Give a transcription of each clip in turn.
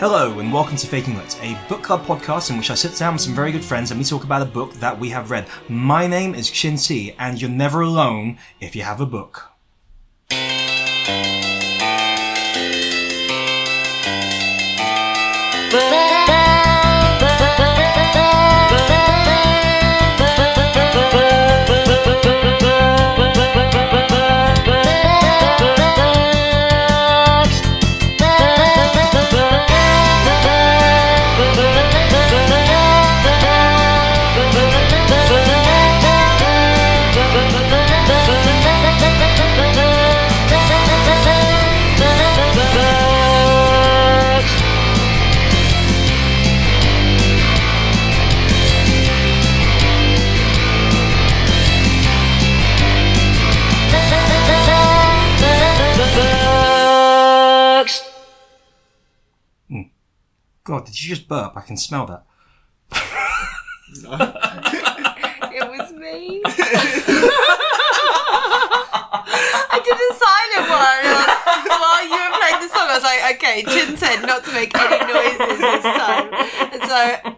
Hello and welcome to Faking Lit, a book club podcast in which I sit down with some very good friends and we talk about a book that we have read. My name is Chin Si, and you're never alone if you have a book. God, did you just burp? I can smell that. It was me. I did a silent one while you were playing the song. I was like, okay, Chin said not to make any noises this time. And so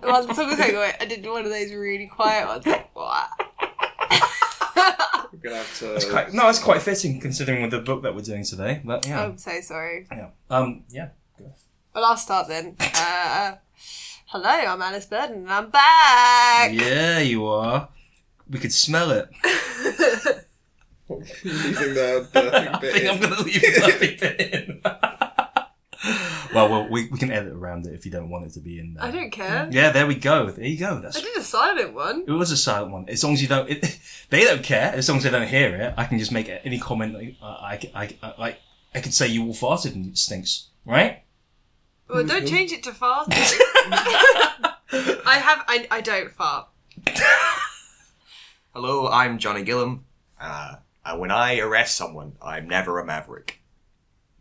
while the song was going, I did one of those really quiet ones. Like, what? We're gonna have to. It's quite, no, it's quite fitting considering with the book that we're doing today. But yeah, I'm so sorry. yeah, um, yeah. Well, I'll start then. Uh, hello, I'm Alice Burden, and I'm back. Yeah, you are. We could smell it. leaving the, the I thing bit think I'm in. gonna leave that bit in. well, well, we, we can edit around it if you don't want it to be in there. I don't care. Yeah, there we go. There you go. That's I did a silent one. it was a silent one. As long as you don't, it, they don't care. As long as they don't hear it, I can just make any comment. Like, I, I, I, I, I could say you all farted and it stinks, right? Well, Mm-hmm. don't change it to farting. I have. I, I don't fart. Hello, I'm Johnny Gillam. Uh, and when I arrest someone, I'm never a maverick.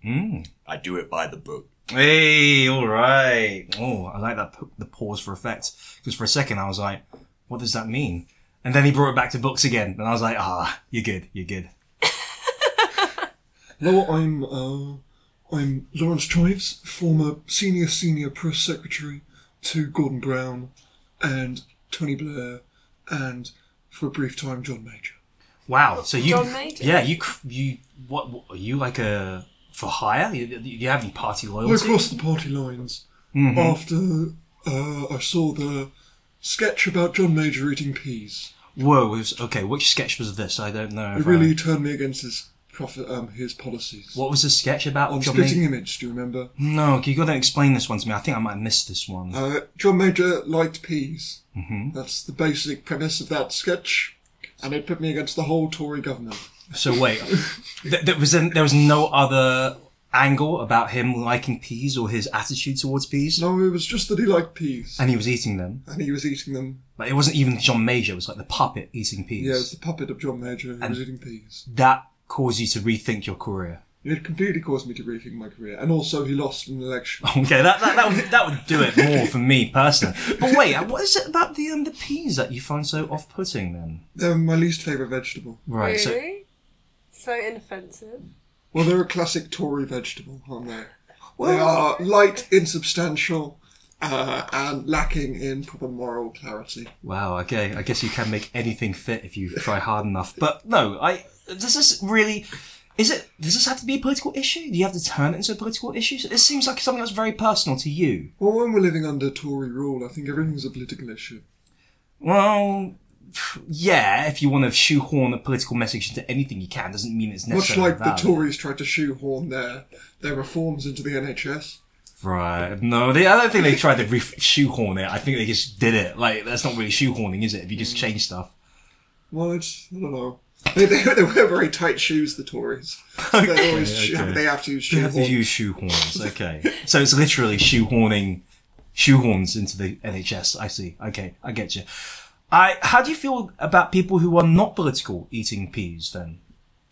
Mm. I do it by the book. Hey, all right. Oh, I like that p- the pause for effect because for a second I was like, what does that mean? And then he brought it back to books again, and I was like, ah, you're good, you're good. Hello, I'm uh, I'm Lawrence Chives, former senior senior press secretary to Gordon Brown and Tony Blair, and for a brief time John Major. Wow. So you, John Major. yeah, you, cr- you, what, what are you like a for hire? You, you have any party I loyalty? crossed the party lines Mm-hmm. after uh, I saw the sketch about John Major eating peas. Whoa. it was- okay, which sketch was this? I don't know. It if I- really turned me against his profit, um, his policies. What was the sketch about? On John splitting Major? image, do you remember? No, you got to explain this one to me. I think I might have missed this one. Uh, John Major liked peas. Mm-hmm. That's the basic premise of that sketch, and it put me against the whole Tory government. So wait, th- there was there was no other angle about him liking peas or his attitude towards peas, No, it was just that he liked peas, and he was eating them. and he was eating them. But it wasn't even John Major; it was like the puppet eating peas. Yeah, it was the puppet of John Major who And- was eating peas. That caused you to rethink your career. It completely caused me to rethink my career, and also he lost an election. Okay, that that, that, would, that would do it more for me personally. But wait, what is it about the um, the peas that you find so off-putting then? They're my least favourite vegetable. Right. So really? So inoffensive. Well, they're a classic Tory vegetable, aren't they? They Well- are light, insubstantial, uh, and lacking in proper moral clarity. Wow. Okay. I guess you can make anything fit if you try hard enough. But no, I. Does this really? Is it? Does this have to be a political issue? Do you have to turn it into a political issue? It seems like something that's very personal to you. Well, when we're living under Tory rule, I think everything's a political issue. Well, yeah. If you want to shoehorn a political message into anything you can, doesn't mean it's Much necessarily like the Tories tried to shoehorn their their reforms into the NHS. Right. No, they, I don't think they tried to re- shoehorn it. I think they just did it. Like that's not really shoehorning, is it? If you just change stuff. Well, it's, I don't know. They, they, they wear very tight shoes, the Tories. They always sh- okay. they have to You have shoehorn. to use shoehorns. Okay, so it's literally shoehorning shoehorns into the NHS. I see. Okay, I get you. I. How do you feel about people who are not political eating peas? Then.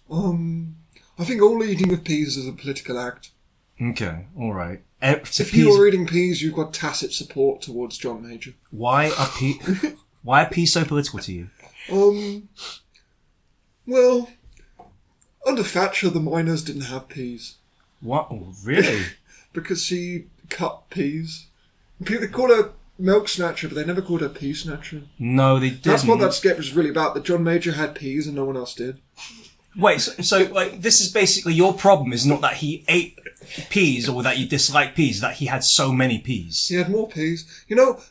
Um, I think all eating of peas is a political act. Okay. All right. Eh, so If peas- you're eating peas, you've got tacit support towards John Major. why are peas? why are peas so political to you? Um, well, under Thatcher, the miners didn't have peas What? Oh, really? because she cut peas. People they called her milk snatcher, but they never called her pea snatcher. No, they didn't. That's what that sketch was really about. That John Major had peas and no one else did. Wait, so, so like, this is basically your problem is not that he ate peas or that you dislike peas, that he had so many peas. He had more peas. You know,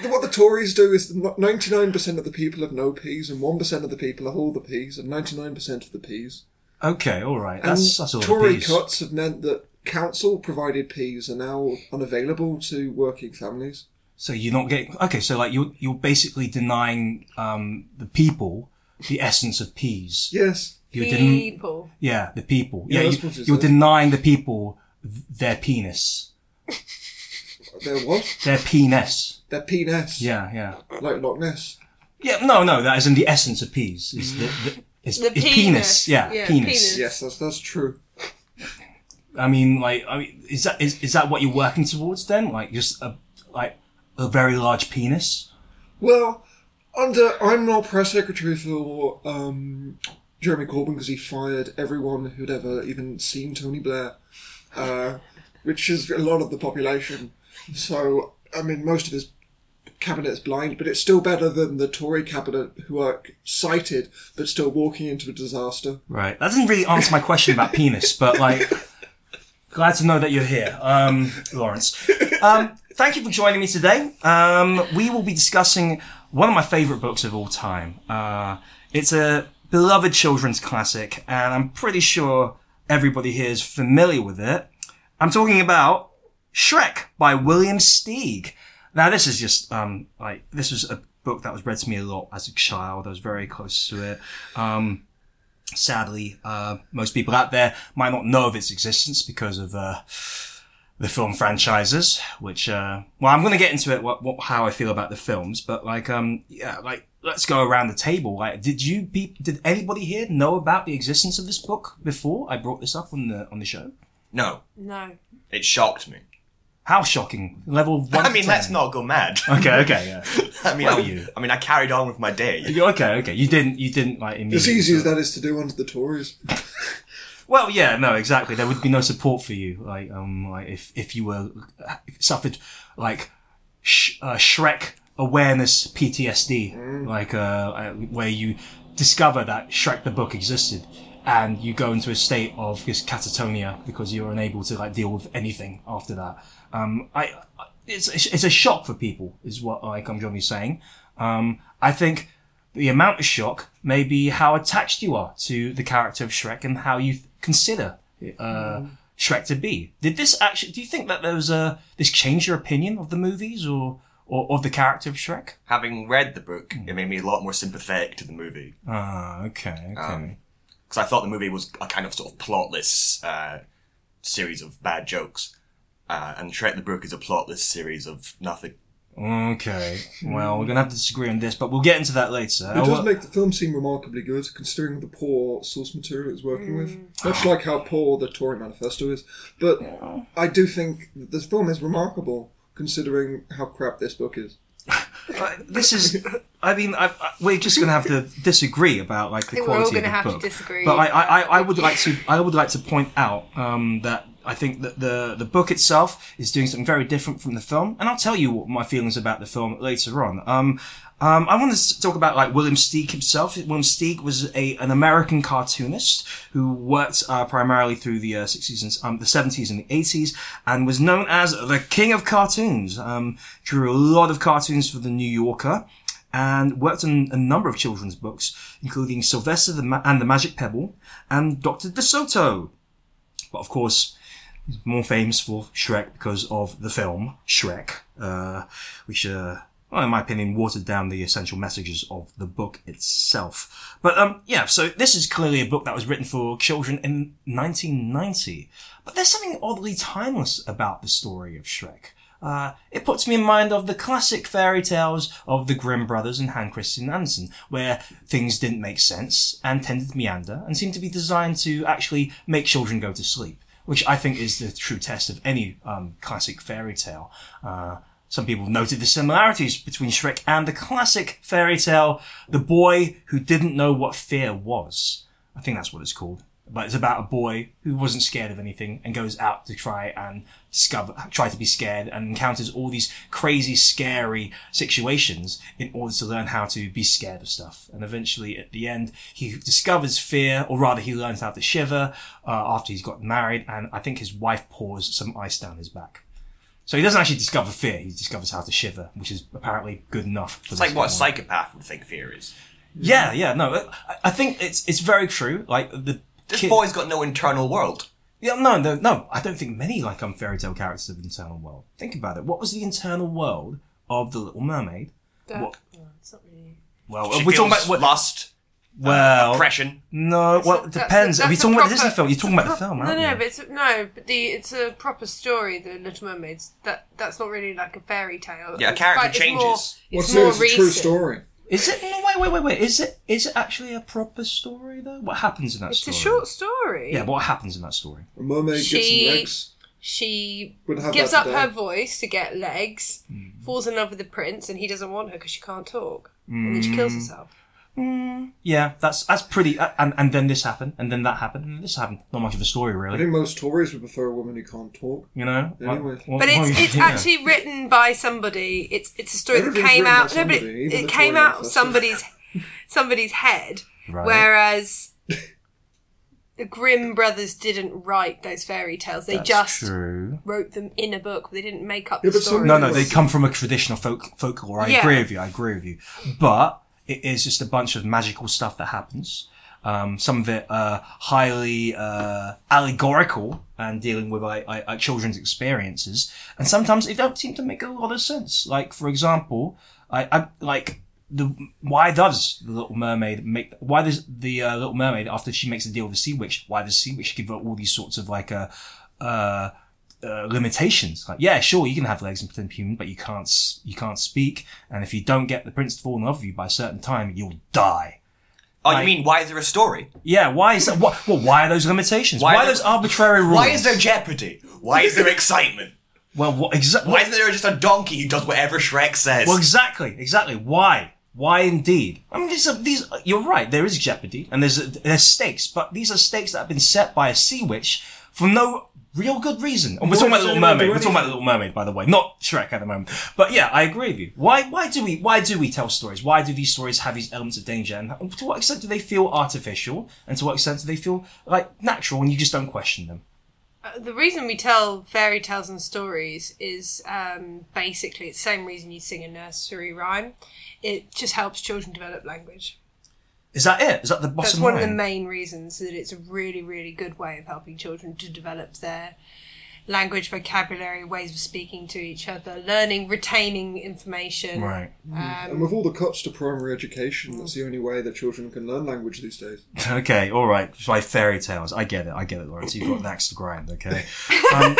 th- what the Tories do is ninety-nine percent of the people have no peas, and one percent of the people have all the peas, and ninety-nine percent of the peas. Okay, all right. And That's, that's all Tory the peas. cuts have meant that council provided peas are now unavailable to working families. So you're not getting okay. So like you're you're basically denying um the people the essence of peas. Yes. You're den- People. yeah, the people. Yeah, Yeah, that's what it you, are says. denying the people th- their penis, They're what? their penis. They're penis. Yeah, yeah, Like Loch Ness. yeah. No, no, that is in the essence of peas. Is the, the it's, The it's penis. penis. Yeah, Yeah, penis. penis. Yes, that's that's true. I mean, like, I mean, is that is, is that what you're working towards then? Like, just a like a very large penis. Well, under I'm not press secretary for um, Jeremy Corbyn because he fired everyone who'd ever even seen Tony Blair, uh, which is a lot of the population. So I mean, most of his cabinet is blind, but it's still better than the Tory cabinet who are sighted but still walking into a disaster. Right. That doesn't really answer my question about penis, but like, glad to know that you're here, um, Lawrence. Um, thank you for joining me today. Um, we will be discussing one of my favourite books of all time. Uh, it's a beloved children's classic, and I'm pretty sure everybody here is familiar with it. I'm talking about Shrek by William Steig. Now, this is just um, like this was a book that was read to me a lot as a child. I was very close to it. Um, sadly, uh, most people out there might not know of its existence because of uh, the film franchises. Which, uh, well, I'm going to get into it what, what how I feel about the films, but like, um, yeah, like let's go around the table. Like, did you pe- did anybody here know about the existence of this book before I brought this up on the on the show? No, No. it shocked me. How shocking! Level one. I to mean, 10. let's not go mad. Okay, okay, yeah. I mean, Well, I, you- I mean, I carried on with my day. You- Okay, okay. You didn't, you didn't like immediately. As easy as that is to do under the Tories. Well, yeah, no, exactly. There would be no support for you, like, um, like if if you were if you suffered like sh- uh, Shrek awareness PTSD, like uh, uh, where you discover that Shrek the book existed, and you go into a state of just catatonia because you're unable to like deal with anything after that. Um, I, I- it's it's a shock for people, is what like I'm generally saying. Um, I think the amount of shock may be how attached you are to the character of Shrek and how you consider uh, Shrek to be. Did this actually? Do you think that there was a this changed your opinion of the movies or or of the character of Shrek? Having read the book, it made me a lot more sympathetic to the movie Ah, okay, okay. because I thought the movie was a kind of sort of plotless uh, series of bad jokes, uh, and Shrek the book is a plotless series of nothing. Okay. Well, we're gonna have to disagree on this, but we'll get into that later. Oh, It I does wa- make the film seem remarkably good, considering the poor source material it was working with. Mm. Much like how poor the Tory manifesto is. But I do think that this film is remarkable, considering how crap this book is. Uh, this is. I mean, I, I, we're just gonna have to disagree about like the think we're all quality of gonna the have to book. disagree But I, I, I, about I would like to. I would like to point out um, that I think that the the book itself is doing something very different from the film, and I'll tell you what my feelings about the film later on. Um, um, I want to s- talk about like William Steig himself. William Steig was a an American cartoonist who worked uh, primarily through the uh, 60s and um, the 70s and the 80s, and was known as the king of cartoons. Um, drew a lot of cartoons for the New Yorker and worked on a number of children's books, including Sylvester the Ma- and the Magic Pebble and Dr. DeSoto. But of course, he's more famous for Shrek because of the film Shrek, uh, which, uh, well, in my opinion, watered down the essential messages of the book itself. But um, yeah, so this is clearly a book that was written for children in 1990. But there's something oddly timeless about the story of Shrek. Uh, it puts me in mind of the classic fairy tales of the Grimm brothers and Hans Christian Andersen, where things didn't make sense and tended to meander and seemed to be designed to actually make children go to sleep, which I think is the true test of any um, classic fairy tale. Uh, some people have noted the similarities between Shrek and the classic fairy tale, The Boy Who Didn't Know What Fear Was. I think that's what it's called. but it's about a boy who wasn't scared of anything and goes out to try and discover, try to be scared and encounters all these crazy, scary situations in order to learn how to be scared of stuff. And eventually, at the end, he discovers fear, or rather, he learns how to shiver uh, after he's got married. And I think his wife pours some ice down his back. So he doesn't actually discover fear; he discovers how to shiver, which is apparently good enough. For It's like what one. a psychopath would think fear is. Yeah, yeah, no, I, I think it's it's very true. Like the This kid- boy's got no internal world. yeah, no, no, no. I don't think many like um, fairy tale characters have internal world. Think about it. What was the internal world of the Little Mermaid? What- Oh, it's not really. Well, She we're talking feels uh, about what, lust, well, oppression. no, well, it That's a- depends. If that's you're a talking about the proper- Disney film, you're talking about the film, No, aren't no, you? but it's no, but the it's a proper story. The Little Mermaids. That that's not really like a fairy tale. Yeah, a It's character quite- it's changes. More, What's it's it? more It's a true recent. story. Is it? No, wait, wait, wait, wait. Is it? Is it actually a proper story though? What happens in that It's a story? short story. Yeah, what happens in that story? A mermaid She- gets legs. She Wouldn't have gives that up today. her voice to get legs, Mm. falls in love with the prince, and he doesn't want her because she can't talk, Mm. and then she kills herself. Yeah, that's that's pretty. Uh, and and then this happened, and then that happened, and this happened. Not much of a story, I really. think most Tories would prefer a woman who can't talk. You know. Anyway. What- what- But it's what- it's yeah. actually written by somebody. It's it's a story that Everything's came written by out. No, but it, somebody, even it the came Tory out of manifesto. somebody's somebody's head. Right. Whereas the Grimm brothers didn't write those fairy tales; they That's just true. wrote them in a book. They didn't make up Yeah, the but some- story. No, no, they come from a traditional folk folklore. I Yeah. agree with you. I agree with you. But it is just a bunch of magical stuff that happens. Um, some of it uh, highly uh, allegorical and dealing with I, I, I children's experiences, and sometimes it don't seem to make a lot of sense. Like for example, I, I like the why does the Little Mermaid make why does the uh, Little Mermaid after she makes a deal with the Sea Witch why does Sea Witch give her all these sorts of like uh, uh, uh, limitations. Like, yeah, sure, you can have legs and pretend human, but you can't s- you can't speak. And if you don't get the prince to fall in love with you by a certain time, you'll die. Oh, Like- you mean why is there a story? Yeah, why is that? What, well, why are those limitations? Why, Why are are there- those arbitrary rules? Why is there jeopardy? Why is there excitement? well, what exactly? Why isn't there just a donkey who does whatever Shrek says? Well, exactly, exactly. Why? Why indeed? I mean, these are these. You're right. There is jeopardy, and there's there's stakes, but these are stakes that have been set by a sea witch for no real good reason. And we're talking about the Little does anyone Mermaid. do We're talking about the Little Mermaid, by the way, not Shrek at the moment. But yeah, I agree with you. Why? Why do we? Why do we tell stories? Why do these stories have these elements of danger? And to what extent do they feel artificial? And to what extent do they feel like natural? And you just don't question them. Uh, The reason we tell fairy tales and stories is um, basically it's the same reason you sing a nursery rhyme. It just helps children develop language. Is that it? Is that the That's bottom one line? of the main reasons that it's a really, really good way of helping children to develop their language, vocabulary, ways of speaking to each other, learning, retaining information. right. Um, and with all the cuts to primary education, that's the only way that children can learn language these days. Okay, all right. By fairy tales, I get it. I get it, Lawrence. You've got an axe to grind. Okay. Um,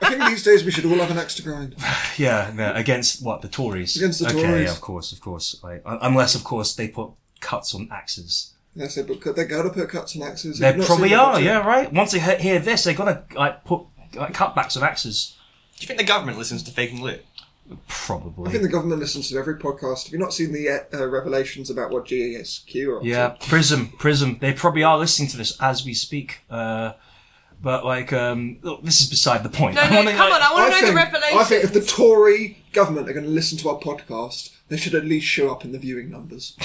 I think these days we should all have an axe to grind. yeah. No, against what the Tories? Against the okay, Tories. yeah, of course, of course. Like, un- unless, of course, they put cuts on axes. That's it, but they gotta put cuts and axes. They You've not seen probably the are. picture. Yeah, right. Once they he- hear this, they're gonna like put like, cutbacks on axes. Do you think the government listens to Faking Lit? I think Probably. the government listens to every podcast. Have you not seen the uh, uh, revelations about what GESQ are? up to? Yeah, Prism, Prism. They probably are listening to this as we speak. Uh, but like, um, look, this is beside the point. No, I'm no, wondering, come like- on, I want to think, know the revelation. I think if the Tory government are going to listen to our podcast, they should at least show up in the viewing numbers.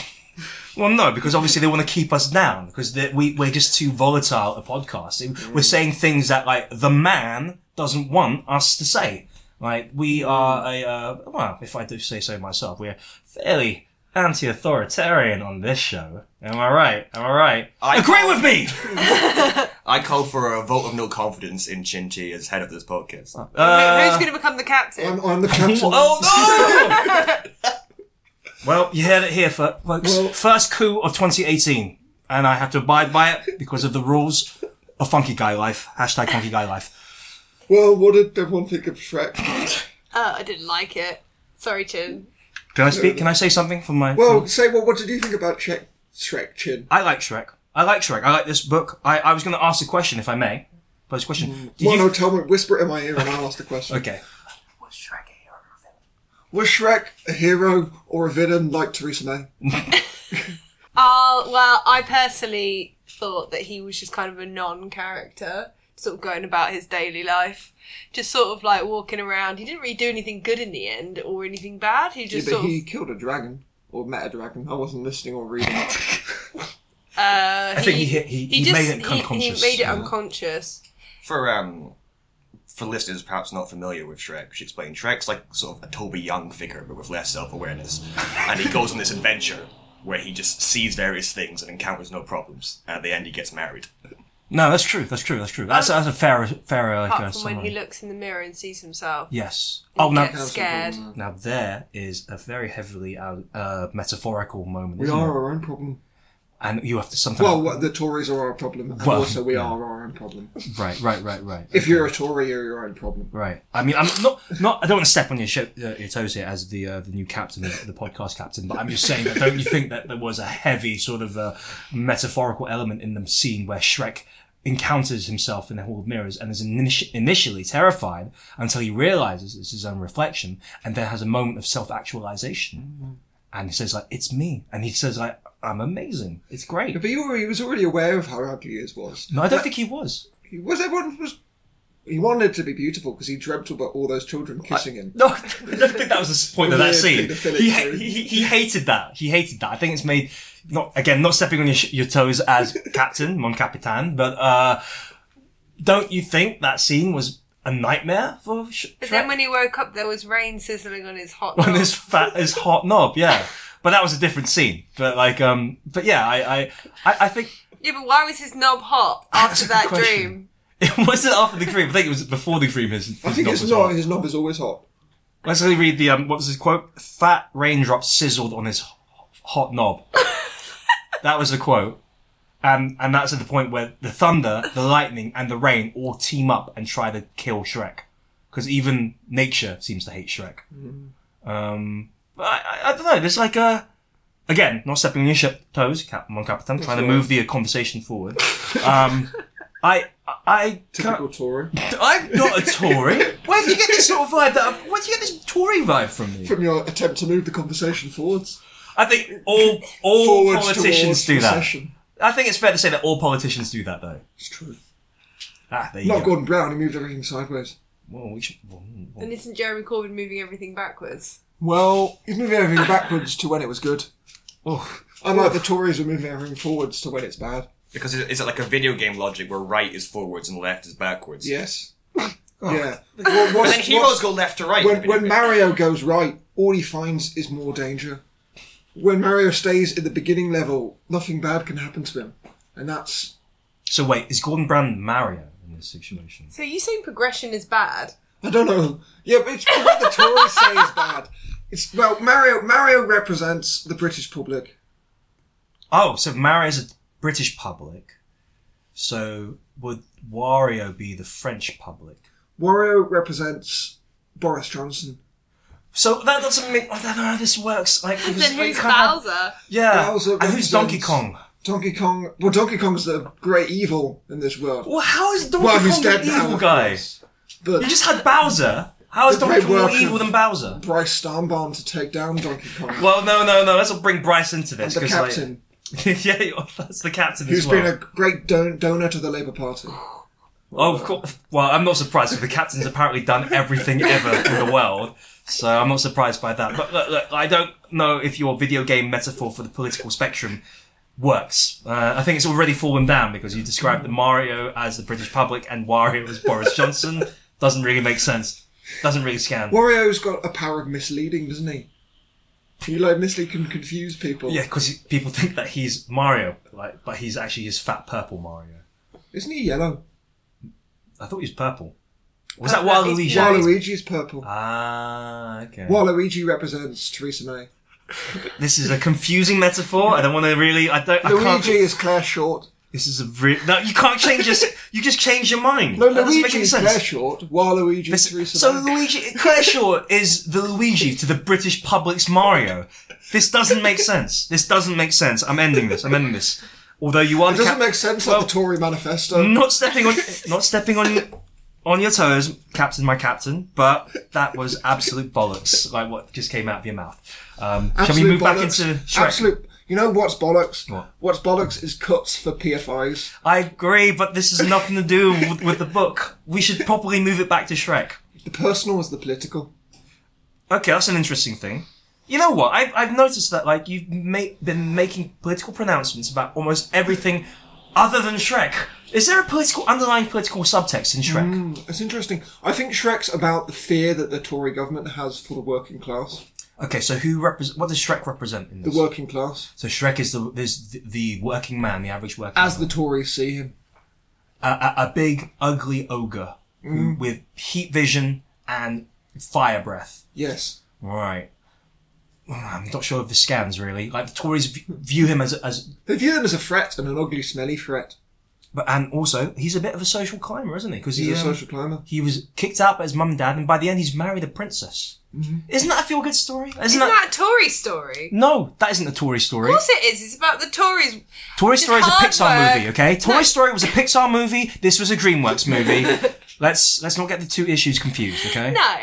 Well, no, because obviously they want to keep us down because they- we we're just too volatile a podcast. We're saying things that like the man doesn't want us to say. Like we are a uh, well, if I do say so myself, we're fairly anti-authoritarian on this show. Am I right? Am I right? I- Agree with me. I call for a vote of no confidence in Chin Chi as head of this podcast. Who- Who's Uh, going to become the captain? um, I'm, I'm the captain. oh no! well, you heard it here, fo- folks. Well- First coup of 2018, and I have to abide by it because of the rules of Funky Guy Life. Hashtag Funky Guy Life. Well, what did everyone think of Shrek? Uh, I didn't like it. Sorry, Chin. Can I Uh, speak? Can I say something from my? Well, from- say, well, what did you think about Shrek, Shrek Chin? I like Shrek. I like Shrek. I like this book. I, I was going to ask a question if I may. First question. Mm, Did Well, no, you? tell me, whisper it in my ear and I'll ask the question. Okay. Was Shrek a hero or a villain like Theresa May? Uh, well, I personally thought that he was just kind of a non-character, sort of going about his daily life, just sort of like walking around. He didn't really do anything good in the end or anything bad. He Yeah, just but sort he of. killed a dragon or met a dragon. I wasn't listening or reading. Uh, I think he hit- he- he made it he- unconscious. He, made it Yeah. unconscious. For um, for listeners perhaps not familiar with Shrek, we should explain. Shrek's like sort of a Toby Young figure, but with less self-awareness, and he goes on this adventure where he just sees various things and encounters no problems. And at the end, he gets married. No, that's true. That's true. That's true. That's, that's a fair, fair like, uh, Apart from when summary. he looks in the mirror and sees himself. yes. Oh no. gets scared. Now there is a very heavily uh, uh, metaphorical moment. We isn't are it? our own problem. and you have to sometimes. Well, what- the Tories are our problem, and Well, also we yeah. are our own problem. right, right, right, right. If you're a Tory, you're your own problem. Right. I mean, I'm not, not. I don't want to step on your, sho uh, your toes here as the uh, the new captain, of the podcast captain. But I'm just saying that. Don't you think that there was a heavy sort of uh, metaphorical element in the scene where Shrek encounters himself in the Hall of Mirrors and is initi- initially terrified until he realizes it's his own reflection, and then has a moment of self actualization, and he says like, "It's me," and he says like, "I'm amazing. It's great." But he, already, he was already aware of how ugly his was. No, I don't think he was. He was everyone was. He wanted to be beautiful because he dreamt about all those children kissing him. No, I don't think that was the point of that Weird scene. pedophilic He, dude. he, he hated that. He hated that. I think it's made not again not stepping on your, sh- your toes as captain, mon capitan, but uh, don't you think that scene was a nightmare for Sh- But then Shrek? when Oh. he woke up, there was rain sizzling on his hot. on dog. his fat his hot knob? Yeah, but that was a different scene. But like, um, but yeah, I I I, I think Yeah, but why was his knob hot That's after a that good question. dream? it wasn't after the cream. I think it was before the cream. His, his I think knob his was knob, hot. his knob is always hot. Let's only read the um, what was his quote? Fat raindrops sizzled on his h- hot knob. that was the quote, and and that's at the point where the thunder, the lightning, and the rain all team up and try to kill Shrek, because even nature seems to hate Shrek. Um, but I, I, I don't know. There's like a again, not stepping on your sh- toes, Cap- Mon Capitan, trying to move the conversation forward. Um, I I can't- Typical Tory. I'm not a Tory. Where did you get this sort of vibe? That where did you get this Tory vibe from? Me? From your attempt to move the conversation forwards, I think all all forwards politicians towards do that. recession. I think it's fair to say that all politicians do that, though. It's true. Ah, there you Not go. Gordon Brown. He moved everything sideways. Well, we should- well, well. And isn't Jeremy Corbyn moving everything backwards? Well, he's moving everything backwards to when it was good. Oh. Unlike the Tories, are moving everything forwards to when it's bad. Because is is it like a video game logic where right is forwards and left is backwards? Yes. Yeah. What- what's- And then heroes what's- go left to right. in when, video when games. Mario goes right, all he finds is more danger. When Mario stays at the beginning level, nothing bad can happen to him, and that's So wait, is Gordon Brown Mario in this situation? So you saying progression is bad? I don't know. Yeah, but it's what the Tories say is bad. It's well, Mario. Mario represents the British public. Oh, so Mario's a British public. So would Wario be the French public? Wario represents Boris Johnson. So that doesn't make. I don't know how this works. Like, because Then we who's can't have- Bowser? Yeah, Bowser Ah, and who's Donkey represents- Kong? Donkey Kong. Well, Donkey Kong's the great evil in this world. Well, how is Donkey Well, he's Kong the dead now, evil of guy? course. You But just had Bowser. How is The Donkey great Kong more work of- evil than Bowser? Bryce Starnbaum to take down Donkey Kong. Well, no, no, no. Let's not bring Bryce into and this. the 'cause, like- captain. yeah, you're- that's the captain Who's as well. been a great don- donor to the Labour Party. Oh, of course. Well, I'm not surprised because the captain's apparently done everything ever in the world, so I'm not surprised by that. But look, look, I don't know if your video game metaphor for the political spectrum works. Uh, I think it's already fallen down because you described Mario as the British public and Wario as Boris Johnson. Doesn't really make sense. Doesn't really scan. Wario's got a power of misleading, doesn't he? He like mislead can confuse people. Yeah, because people think that he's Mario, like, but he's actually his fat purple Mario. Isn't he yellow? I thought he was purple. Was Oh, Uh, that no, Waluigi? he's Waluigi? Waluigi's purple. Ah, okay. Waluigi represents Theresa May. This is a confusing metaphor. I don't want to really. I don't. I can't, Luigi is Claire Short. this is a re- no. You can't change this. You just change your mind. No, that doesn't make Luigi any is sense. Claire Short. Waluigi This- is Theresa so May. Luigi Kershaw is the Luigi to the British public's Mario. This doesn't make sense. This doesn't make sense. I'm ending this. I'm ending this. Although you are It the doesn't cap- make sense like the Tory manifesto. not stepping on not stepping on on your toes, Captain, my captain. But that was absolute bollocks, like what just came out of your mouth. Um, shall we Absolute move back bollocks. into Shrek? Absolute. You know what's bollocks? What? What's bollocks is cuts for PFIs. I agree, but this has nothing to do with, with the book. We should probably move it back to Shrek. The personal is the political. Okay, that's an interesting thing. You know what? I've, I've noticed that like you've ma- been making political pronouncements about almost everything other than Shrek. Is there a political underlying political subtext in Shrek? It's interesting. I think Shrek's about the fear that the Tory government has for the working class. Okay, so who repres What does Shrek represent in The this? working class. so Shrek is the is the, the working man, the average working As man. the Tories see him. a, a, a big ugly ogre Mm. who- with heat vision and fire breath. Yes. Right. Well, I'm not sure of the scans really. Like the Tories v- view him as as They view him as a threat and an ugly, smelly threat. But and also, he's a bit of a social climber, isn't he? Because He's he, a um, social climber. he was kicked out by his mum and dad, and by the end, he's married a princess. Mm-hmm. Isn't that a feel good story? Isn't, Isn't that? that a Tory story? No, that isn't a Tory story. Of course it is. It's about the Tories. Tory Story is a hard Pixar work. movie, okay? Tory Story was a Pixar movie. This was a DreamWorks movie. let's let's not get the two issues confused, okay? No,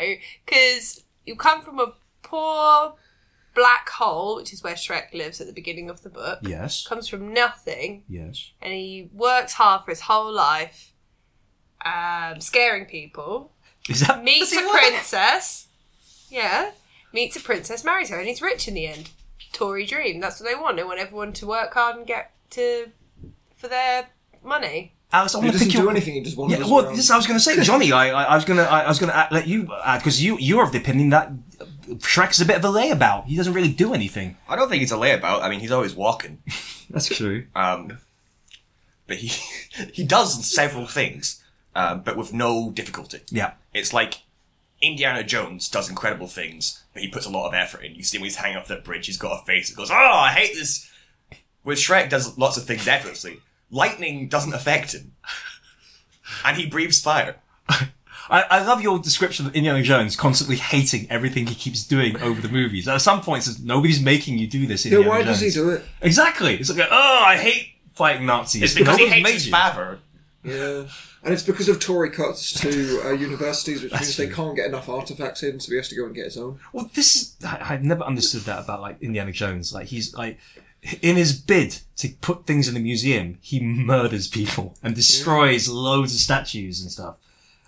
because you come from a poor black hole, which is where Shrek lives at the beginning of the book. Yes. Comes from nothing, Yes. and he works hard for his whole life, um, scaring people. Is that Meets does he a work? princess. Yeah, meets a princess, marries her, and he's rich in the end. Tory dream. That's what they want. They want everyone to work hard and get to for their money. Alex, I He want to doesn't pick do your. anything. He just wanders Yeah, well, around. this I was going to say, Johnny. I, I, I was going to, I, I was going to add, let you add because you, you're of the opinion that Shrek is a bit of a layabout. He doesn't really do anything. I don't think he's a layabout. I mean, he's always walking. That's true. Um, but he he does several things, um, but with no difficulty. Yeah. It's like Indiana Jones does incredible things, but he puts a lot of effort in. You see him when he's hanging off that bridge, he's got a face that goes, "Oh, I hate this." Where Shrek does lots of things effortlessly. Lightning doesn't affect him, and he breathes fire. I, I love your description of Indiana Jones constantly hating everything he keeps doing over the movies. At some points, it's, nobody's making you do this. Yeah, Indiana why Jones. does he do it? Exactly. It's like, oh, I hate fighting Nazis. It's because he Nobody's hates made his you. father. Yeah. And it's because of Tory cuts to uh, universities, which means they true. can't get enough artifacts in, so he has to go and get his own. Well, this is I, I've never understood that about like Indiana Jones. Like he's like in his bid to put things in a museum, he murders people and destroys loads of statues and stuff.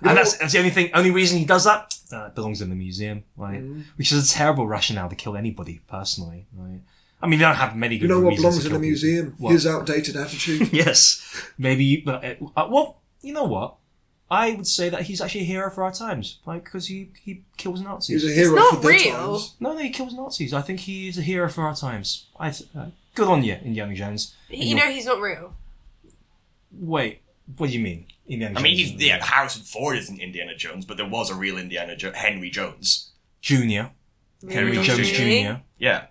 And that's, that's the only thing, only reason he does that. Uh, it belongs in the museum, right? Mm. Which is a terrible rationale to kill anybody, personally, right? I mean, you don't have many You good know what reasons to belongs in a kill people. museum? What? His outdated attitude. yes, maybe. But uh, uh, well, you know what? I would say that he's actually a hero for our times, like because he he kills Nazis. He's a hero not for their real. times. No, no, he kills Nazis. I think he is a hero for our times. I th- uh, good on you, Indiana Jones. And You you're- know he's not real. wait, what do you mean, Indiana I Jones? mean, he's isn't a- yeah. Harrison Ford isn't Indiana Jones, but there was a real Indiana jo- Henry Jones. Junior, Henry Really? Jones Really? Junior. Yeah,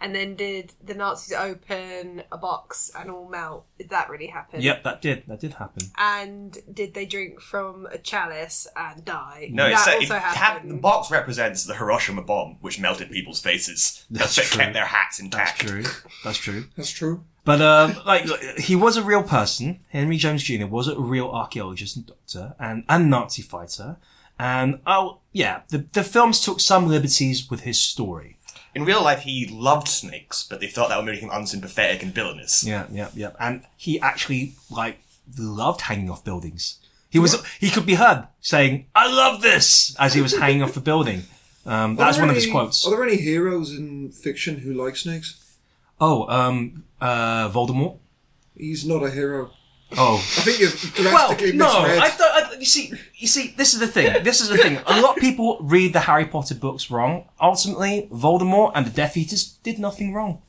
And then did the Nazis open a box and all melt? Did that really happen? Yep, that did that did happen. And did they drink from a chalice and die? no, that it's, it also hap- happened. the box represents the Hiroshima bomb, which melted people's faces. That's That's what true. kept their hats intact. That's true. That's true. That's true. But um, like, look, he was a real person. Henry Jones Jr. was a real archaeologist and doctor, and and Nazi fighter. And oh yeah, the the films took some liberties with his story. In real life, he loved snakes, but they thought that would make him unsympathetic and villainous. Yeah, yeah, yeah. And he actually like loved hanging off buildings. He was he could be heard saying, "I love this" as he was hanging off a building. Um, that was one of his quotes. Are there any heroes in fiction who like snakes? Oh, um, uh, Voldemort. He's not a hero. Oh, I think you've well, drastically no, misread. I thought I, you see, you see, this is the thing. This is the thing. A lot of people read the Harry Potter books wrong. Ultimately, Voldemort and the Death Eaters did nothing wrong.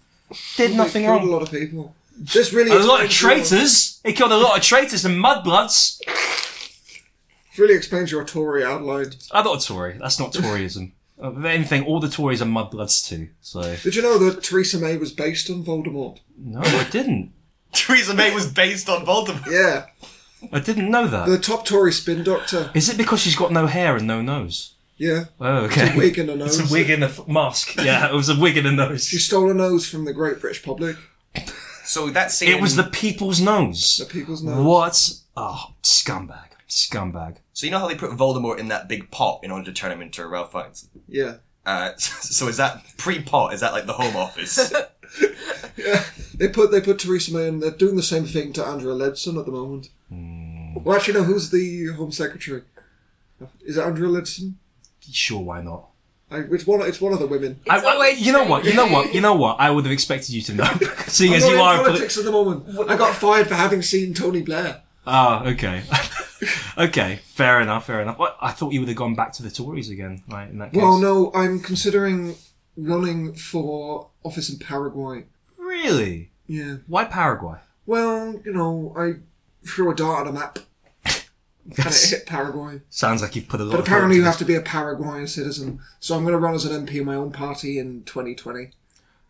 Did They nothing killed wrong. A lot of people. This really A lot of explains your- traitors. They killed a lot of traitors and mudbloods. Really explains your Tory outline. I'm not a Tory. That's not Toryism. Uh, if anything, all the Tories are mudbloods too. So Did you know that Theresa May was based on Voldemort? no, I didn't. Theresa May was based on Voldemort. Yeah, I didn't know that. the top Tory spin doctor. Is it because she's got no hair and no nose? Yeah, Oh, okay. a wig and a nose. It's a wig and a f- mask. Yeah, it was a wig and a she nose. stole a nose from the Great British Public. So that scene. It was the people's nose. The people's nose. What? Oh, scumbag. Scumbag. So you know how they put Voldemort in that big pot in order to turn him into Ralph Fiennes? Yeah, Uh, so is that pre-pot? Is that like the Home Office? They put they put Theresa May in. They're doing the same thing to Andrea Leadsom at the moment. Hmm. Well, actually, no. Who's the Home Secretary? Is it Andrea Leadsom? Sure, why not? I, it's one. It's one of the women. I- It's I- always you know what? You know strange. what? You know what? I would have expected you to know, seeing as I'm you are. not in a poli- politics at the moment. I got fired for having seen Tony Blair. Ah, okay, okay, fair enough, fair enough. What- I thought you would have gone back to the Tories again, right? In that case, Well, no, I'm considering running for office in Paraguay. really. Yeah. Why Paraguay? Well, you know, I threw a dart at a map and it Yes. hit Paraguay. Sounds like you've put a lot. But of apparently, you thought have to be a Paraguayan citizen. So I'm going to run as an MP in my own party in 2020.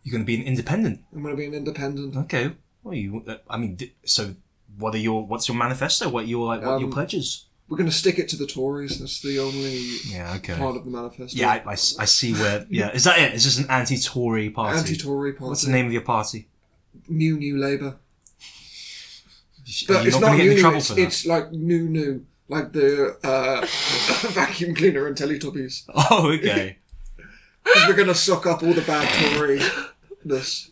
You're going to be an independent. I'm going to be an independent. Okay. Well, you. uh, I mean, d- so what are your? What's your manifesto? What are your like? What are your Um, pledges? We're going to stick it to the Tories. That's the only Yeah. Okay. part of the manifesto. Yeah, I, I s- I see where. Yeah, is that it? Is this an anti-Tory party? Anti-Tory party. What's the name of your party? New New Labour. Are But you not it's not going to get new new. in trouble it's, for that? it's like new new, like the uh, vacuum cleaner and Teletubbies. Oh, okay. Because we're going to suck up all the bad Tory-ness.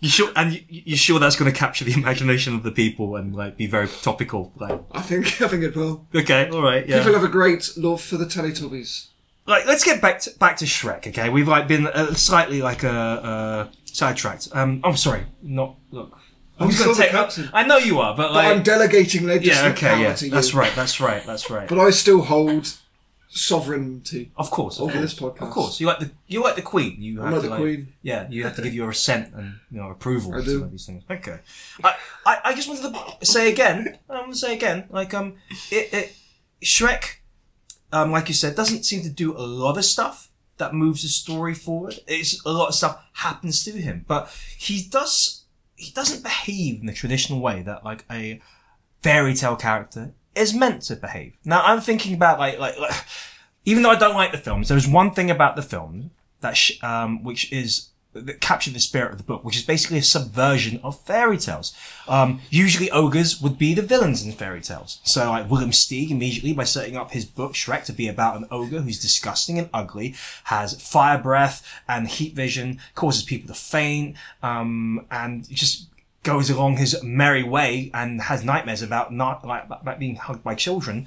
You sure? And you, you're sure that's going to capture the imagination of the people and like be very topical? Like, I think, I think it will. okay, all right, yeah. People have a great love for the Teletubbies. like let's get back to, back to Shrek. Okay, we've like been uh, slightly like uh, uh, sidetracked. Um, I'm sorry, not look. I'm still the take. captain. I know you are, but But like, I'm delegating yeah, legislative okay, power yeah, to you. that's right, that's right, that's right. But I still hold sovereignty. of course, of Over course, this podcast. of course. You like the you like the Queen. You have like to the like, Queen. yeah, you have to give your assent and you know approval I to do. some of these things. Okay, I, I I just wanted to say again. I want to say again, like um, it, it Shrek, um, like you said, doesn't seem to do a lot of stuff that moves the story forward. It's a lot of stuff happens to him, but he does he doesn't behave in the traditional way that like a fairy tale character is meant to behave. Now I'm thinking about like like, like even though I don't like the films, there's one thing about the film that sh- um, which is that captured the spirit of the book, which is basically a subversion of fairy tales. Um, usually ogres would be the villains in fairy tales. So like William Steig immediately by setting up his book Shrek to be about an ogre who's disgusting and ugly, has fire breath and heat vision, causes people to faint, um, and just goes along his merry way and has nightmares about not like, about being hugged by children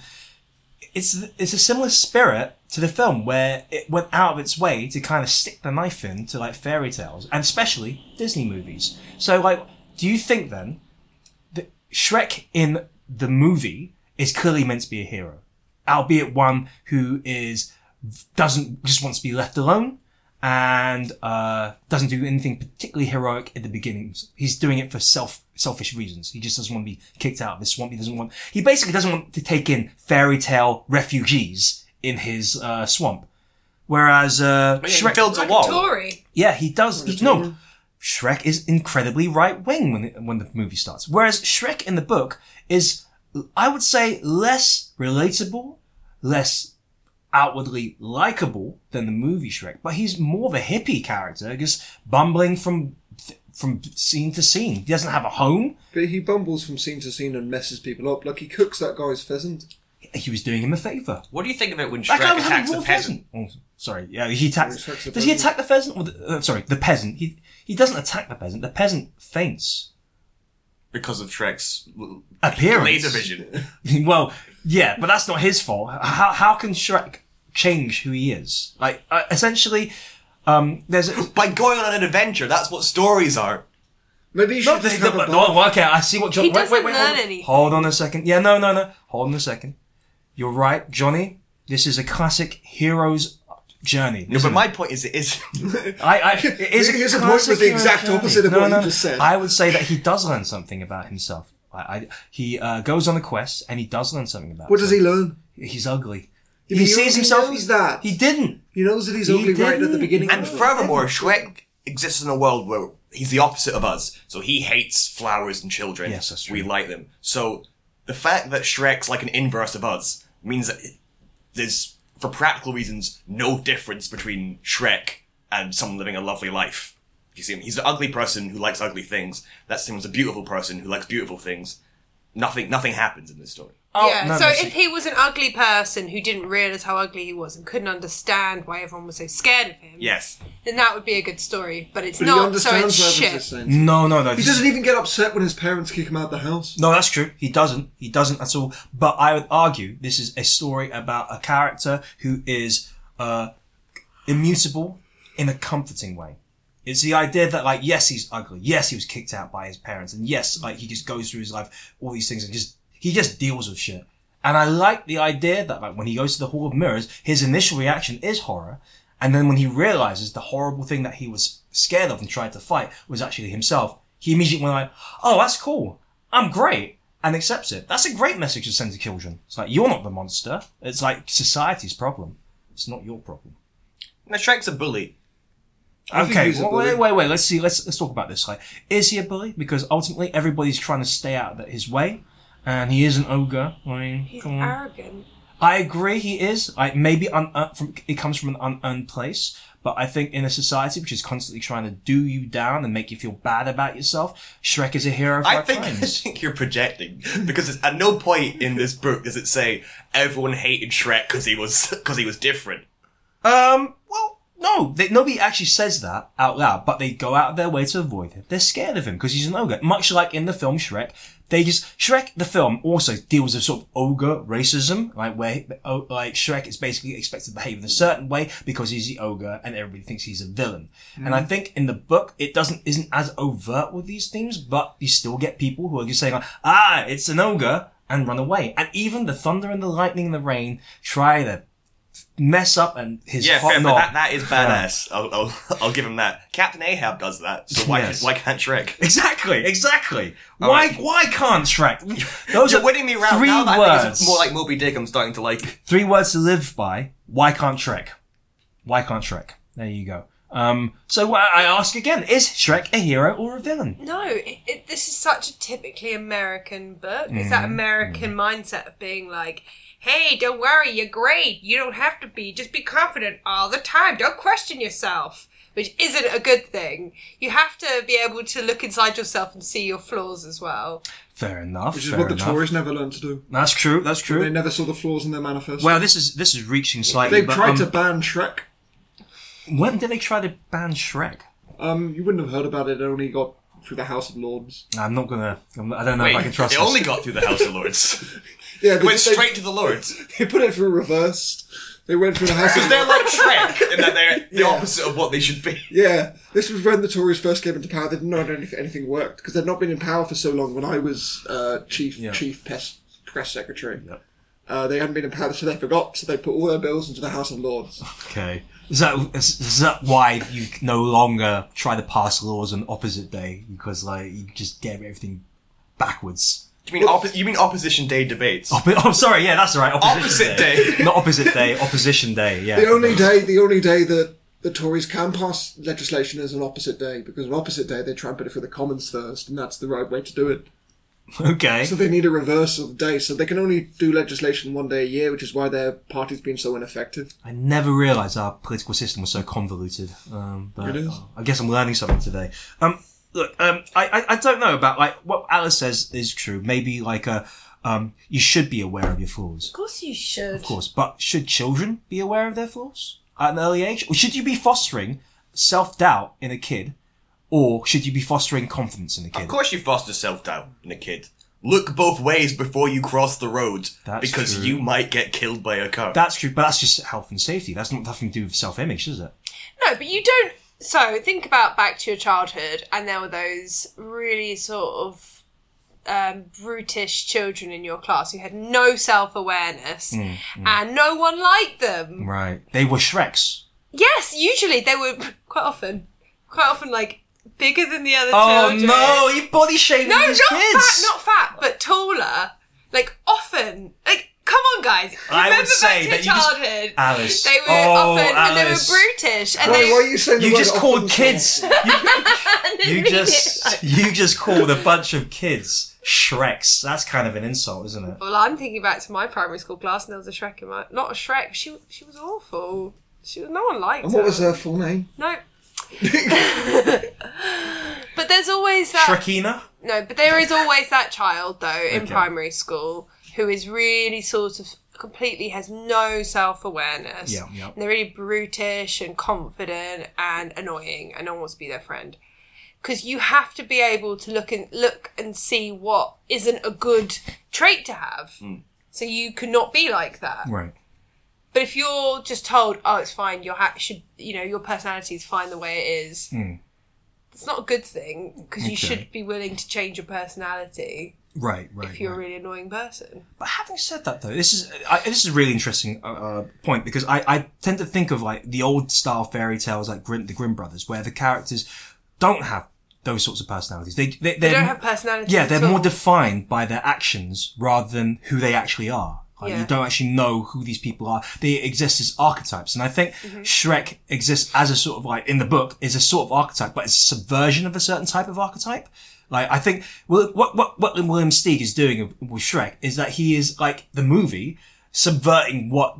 it's it's a similar spirit to the film where it went out of its way to kind of stick the knife in to like fairy tales and especially Disney movies. So like, do you think then that Shrek in the movie is clearly meant to be a hero, albeit one who is doesn't just wants to be left alone and uh, doesn't do anything particularly heroic at the beginnings. He's doing it for self selfish reasons. He just doesn't want to be kicked out of his swamp. He doesn't want. He basically doesn't want to take in fairy tale refugees in his uh, swamp. Whereas uh, Shrek, builds a Like wall. a Tory. yeah, he does. he- no, Shrek is incredibly right wing when it, when the movie starts. Whereas Shrek in the book is, I would say, less relatable, less outwardly likable than the movie Shrek. But he's more of a hippie character, just bumbling from from scene to scene. He doesn't have a home. But he bumbles from scene to scene and messes people up. Like, he cooks that guy's pheasant. He was doing him a favor. What do you think of it when Shrek That guy was attacks having the raw peasant? pheasant. Oh, sorry, yeah, he attacks. He attacks the does he peasant. attack the pheasant? Or the, uh, sorry, the peasant. He he doesn't attack the peasant. The peasant faints. Because of Shrek's l- Appearance. laser vision. well, yeah, but that's not his fault. How how can Shrek change who he is? Like uh, essentially, um, there's a, By going on an adventure, that's what stories are. Maybe you should no, just there's have no, a no, bar. no, okay, I see what John. He wait, wait, doesn't wait, learn hold on. anything. Hold on a second. Yeah, no, no, no. Hold on a second. You're right, Johnny. This is a classic hero's journey. No, isn't but it? my point is, it is. I, I, it is a His point classic was the hero exact journey. opposite of No, what no, you no. just said. I would say that he does learn something about himself. I, I, he uh, goes on a quest and he does learn something about. What does he learn? himself. He's ugly. He, He sees knows- he himself. knows that. he didn't. He knows that he's He only right at the didn't. beginning. and of it. furthermore, Shrek exists in a world where he's the opposite of us. So he hates flowers and children. Yes, that's We true. like them. So the fact that Shrek's like an inverse of us means that it- there's, for practical reasons, no difference between Shrek and someone living a lovely life. You see him? He's an ugly person who likes ugly things. That seems a beautiful person who likes beautiful things. Nothing, nothing happens in this story. Oh, yeah, no, so no, if he was an ugly person who didn't realise how ugly he was and couldn't understand why everyone was so scared of him, Yes. then that would be a good story. But it's But he not, so it's understands what shit. everyone's saying. no, no, no. He this- doesn't even get upset when his parents kick him out of the house. No, that's true. He doesn't. He doesn't at all. But I would argue this is a story about a character who is uh, immutable in a comforting way. It's the idea that like, yes, he's ugly. Yes, he was kicked out by his parents, and yes, like he just goes through his life, all these things, and just he just deals with shit. And I like the idea that like when he goes to the Hall of Mirrors, his initial reaction is horror, and then when he realizes the horrible thing that he was scared of and tried to fight was actually himself, he immediately went like, "Oh, that's cool. I'm great." And accepts it. That's a great message to send to children. It's like you're not the monster. It's like society's problem. It's not your problem. Now, Shrek's a bully. think Okay, he's a well, wait, bully. wait, wait. Let's see. Let's let's talk about this. Like, is he a bully? Because ultimately, everybody's trying to stay out of his way, and he is an ogre. I mean, He's come on. arrogant. I agree. He is. I maybe un- uh, from, it comes from an unearned place, but I think in a society which is constantly trying to do you down and make you feel bad about yourself, Shrek is a hero. For I our think I times. think you're projecting because it's, at no point in this book does it say everyone hated Shrek because he was because he was different. Um, well, no, they, nobody actually says that out loud, but they go out of their way to avoid him. They're scared of him because he's an ogre. Much like in the film Shrek, they just Shrek. The film also deals with sort of ogre racism, like where oh, like Shrek is basically expected to behave in a certain way because he's the ogre, and everybody thinks he's a villain. And I think in the book, it doesn't isn't as overt with these things, but you still get people who are just saying, like, "Ah, it's an ogre." And run away. And even the thunder and the lightning and the rain try to mess up and his Yeah, hot fair, but knob. that, that is badass. I'll, I'll I'll give him that. Captain Ahab does that, so why Yes. why can't Shrek? Exactly, exactly. All why, right. why can't Shrek? Those You're are winning me round. Three now that I think words. it's more like Moby Dick. I'm starting to like. three words to live by. Why can't Shrek? Why can't Shrek? There you go. Um, so I I ask again: Is Shrek a hero or a villain? No, it, it, this is such a typically American book. It's Mm-hmm. that American mindset of being like, hey, don't worry, you're great. You don't have to be. Just be confident all the time. Don't question yourself, which isn't a good thing. You have to be able to look inside yourself and see your flaws as well. Fair enough. Which is fair what the enough. Tories never learned to do. That's true. That's They true. never saw the flaws in their manifest. Well, this is this is reaching slightly. They've but, tried um, to ban Shrek. When did they try to ban Shrek? Um, you wouldn't have heard about it. It only got through the House of Lords. I'm not gonna. I'm, I don't know Wait, if I can trust. they this. only got through the House of Lords. Yeah, It they, went they- straight to the Lords they put it through reversed. They went through the House of because they're Lords. like Shrek in that they're the Yeah. opposite of what they should be. Yeah, this was when the Tories first came into power. They didn't know if anything worked because they'd not been in power for so long. When I was uh, chief Yeah. chief press, press secretary, Yep. uh, they hadn't been in power, so they forgot. So they put all their bills into the House of Lords. Okay. Is that is, is that why you no longer try to pass laws on opposite day because like you just get everything backwards? You mean oppo- you mean opposition day debates? Oppo- oh, sorry. Yeah, that's right. Opposition Opposite day. Not opposite day. Opposition day. Yeah. The only day, the only day that the Tories can pass legislation is an opposite day because an opposite day they try and put it for the Commons first, and that's the right way to do it. okay. So they need a reversal of the day, so they can only do legislation one day a year, which is why their party's been so ineffective. I never realised our political system was so convoluted. Um, but It is. uh, I guess I'm learning something today. Um, look, um, I, I, I don't know about like what Alice says is true. Maybe like uh um, you should be aware of your flaws. Of course you should. Of course, but should children be aware of their flaws at an early age? Or should you be fostering self doubt in a kid, or should you be fostering confidence in a kid? Of course, you foster self doubt in a kid. Look both ways before you cross the road That's because true. you might get killed by a car. That's true, but that's just health and safety. That's not nothing to do with self image, is it? No, but you don't. So think about back to your childhood, and there were those really sort of um, brutish children in your class who had no self awareness, Mm, and no one liked them. Right. They were Shreks. Yes, usually they were quite often, quite often like bigger than the other Oh children. no, you body shaming no, not these kids. fat, not fat, but taller. Like often, like come on, guys. Remember I would say back that you to your just- childhood. Alice. They were Oh, often, and they Alice. were brutish, and Why, they why are you saying the you word just called offense? kids. and You, they you mean it. just you just called a bunch of kids Shreks. That's kind of an insult, isn't it? Well, I'm thinking back to my primary school class, and there was a Shrek in my not a Shrek. She she was awful. She was no one liked And what her. was her full name? no. but there's always that Shrekina. no. But there is always that child though in Okay. primary school who is really sort of completely has no self awareness. Yeah, yeah. They're really brutish and confident and annoying, and no one wants to be their friend. Because you have to be able to look and look and see what isn't a good trait to have. Mm. So you cannot be like that. Right. But if you're just told, "Oh, it's fine. Your ha- should, you know, your personality is fine the way it is," it's not a good thing because you Hmm. Okay. should be willing to change your personality Right, right. if you're right. a really annoying person. But having said that, though, this is I, this is a really interesting uh, uh, point because I, I tend to think of like the old style fairy tales, like Grimm, the Grimm brothers, where the characters don't have those sorts of personalities. They they, They they're- don't have personality. yeah, at they're all. more defined by their actions rather than who they actually are. Like, Yeah. You don't actually know who these people are. They exist as archetypes, and I think Mm-hmm. Shrek exists as a sort of like in the book is a sort of archetype, but it's a subversion of a certain type of archetype. Like I think well, what what what William Steig is doing with Shrek is that he is like the movie subverting what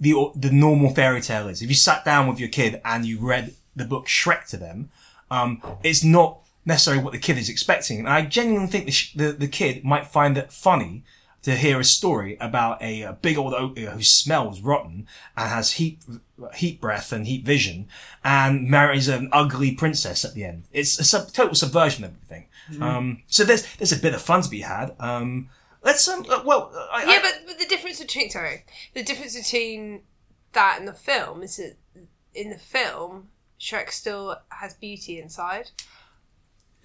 the the normal fairy tale is. If you sat down with your kid and you read the book Shrek to them, um, it's not necessarily what the kid is expecting. And I genuinely think the, sh- the, the kid might find it funny to hear a story about a, uh big old oak who smells rotten and has heat heat breath and heat vision and marries an ugly princess at the end. It's a sub- total subversion of everything. Mm-hmm. Um, so there's there's a bit of fun to be had. Um, let's um, uh, well, I, I- Yeah, but, but the difference between sorry, the difference between that and the film is that in the film Shrek still has beauty inside.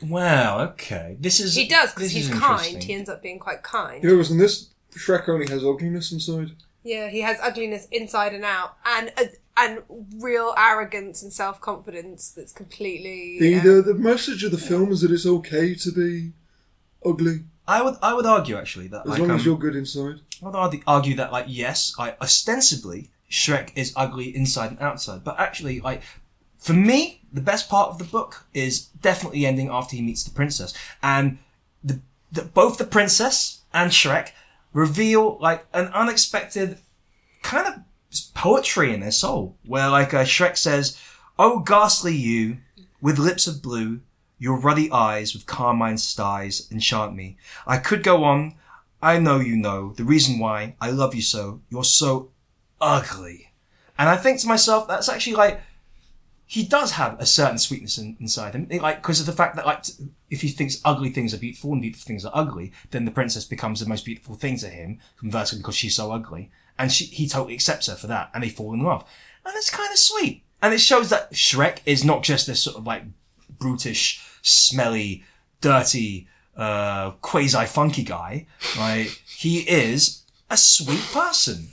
Wow, okay. This is He does because this is he's kind. interesting. He ends up being quite kind. You know, in this, Shrek only has ugliness inside. Yeah, he has ugliness inside and out, and uh, and real arrogance and self confidence that's completely. The, uh, the, the message of the film is that it's okay to be ugly I would I would argue actually that as like long um, as you're good inside. I would argue- argue that like yes, I ostensibly Shrek is ugly inside and outside, but actually like for me the best part of the book is definitely the ending after he meets the princess and the, the both the princess and Shrek reveal like an unexpected kind of poetry in their soul, where like uh, Shrek says, "Oh ghastly you, with lips of blue, your ruddy eyes with carmine styes enchant me. I could go on. I know you know the reason why I love you so. You're so ugly." And I think to myself, that's actually like he does have a certain sweetness in, inside him, like because of the fact that like t- if he thinks ugly things are beautiful and beautiful things are ugly, then the princess becomes the most beautiful thing to him, conversely because she's so ugly, and she, he totally accepts her for that, and they fall in love, and it's kind of sweet, and it shows that Shrek is not just this sort of like brutish, smelly, dirty, uh, quasi funky guy, right? he is a sweet person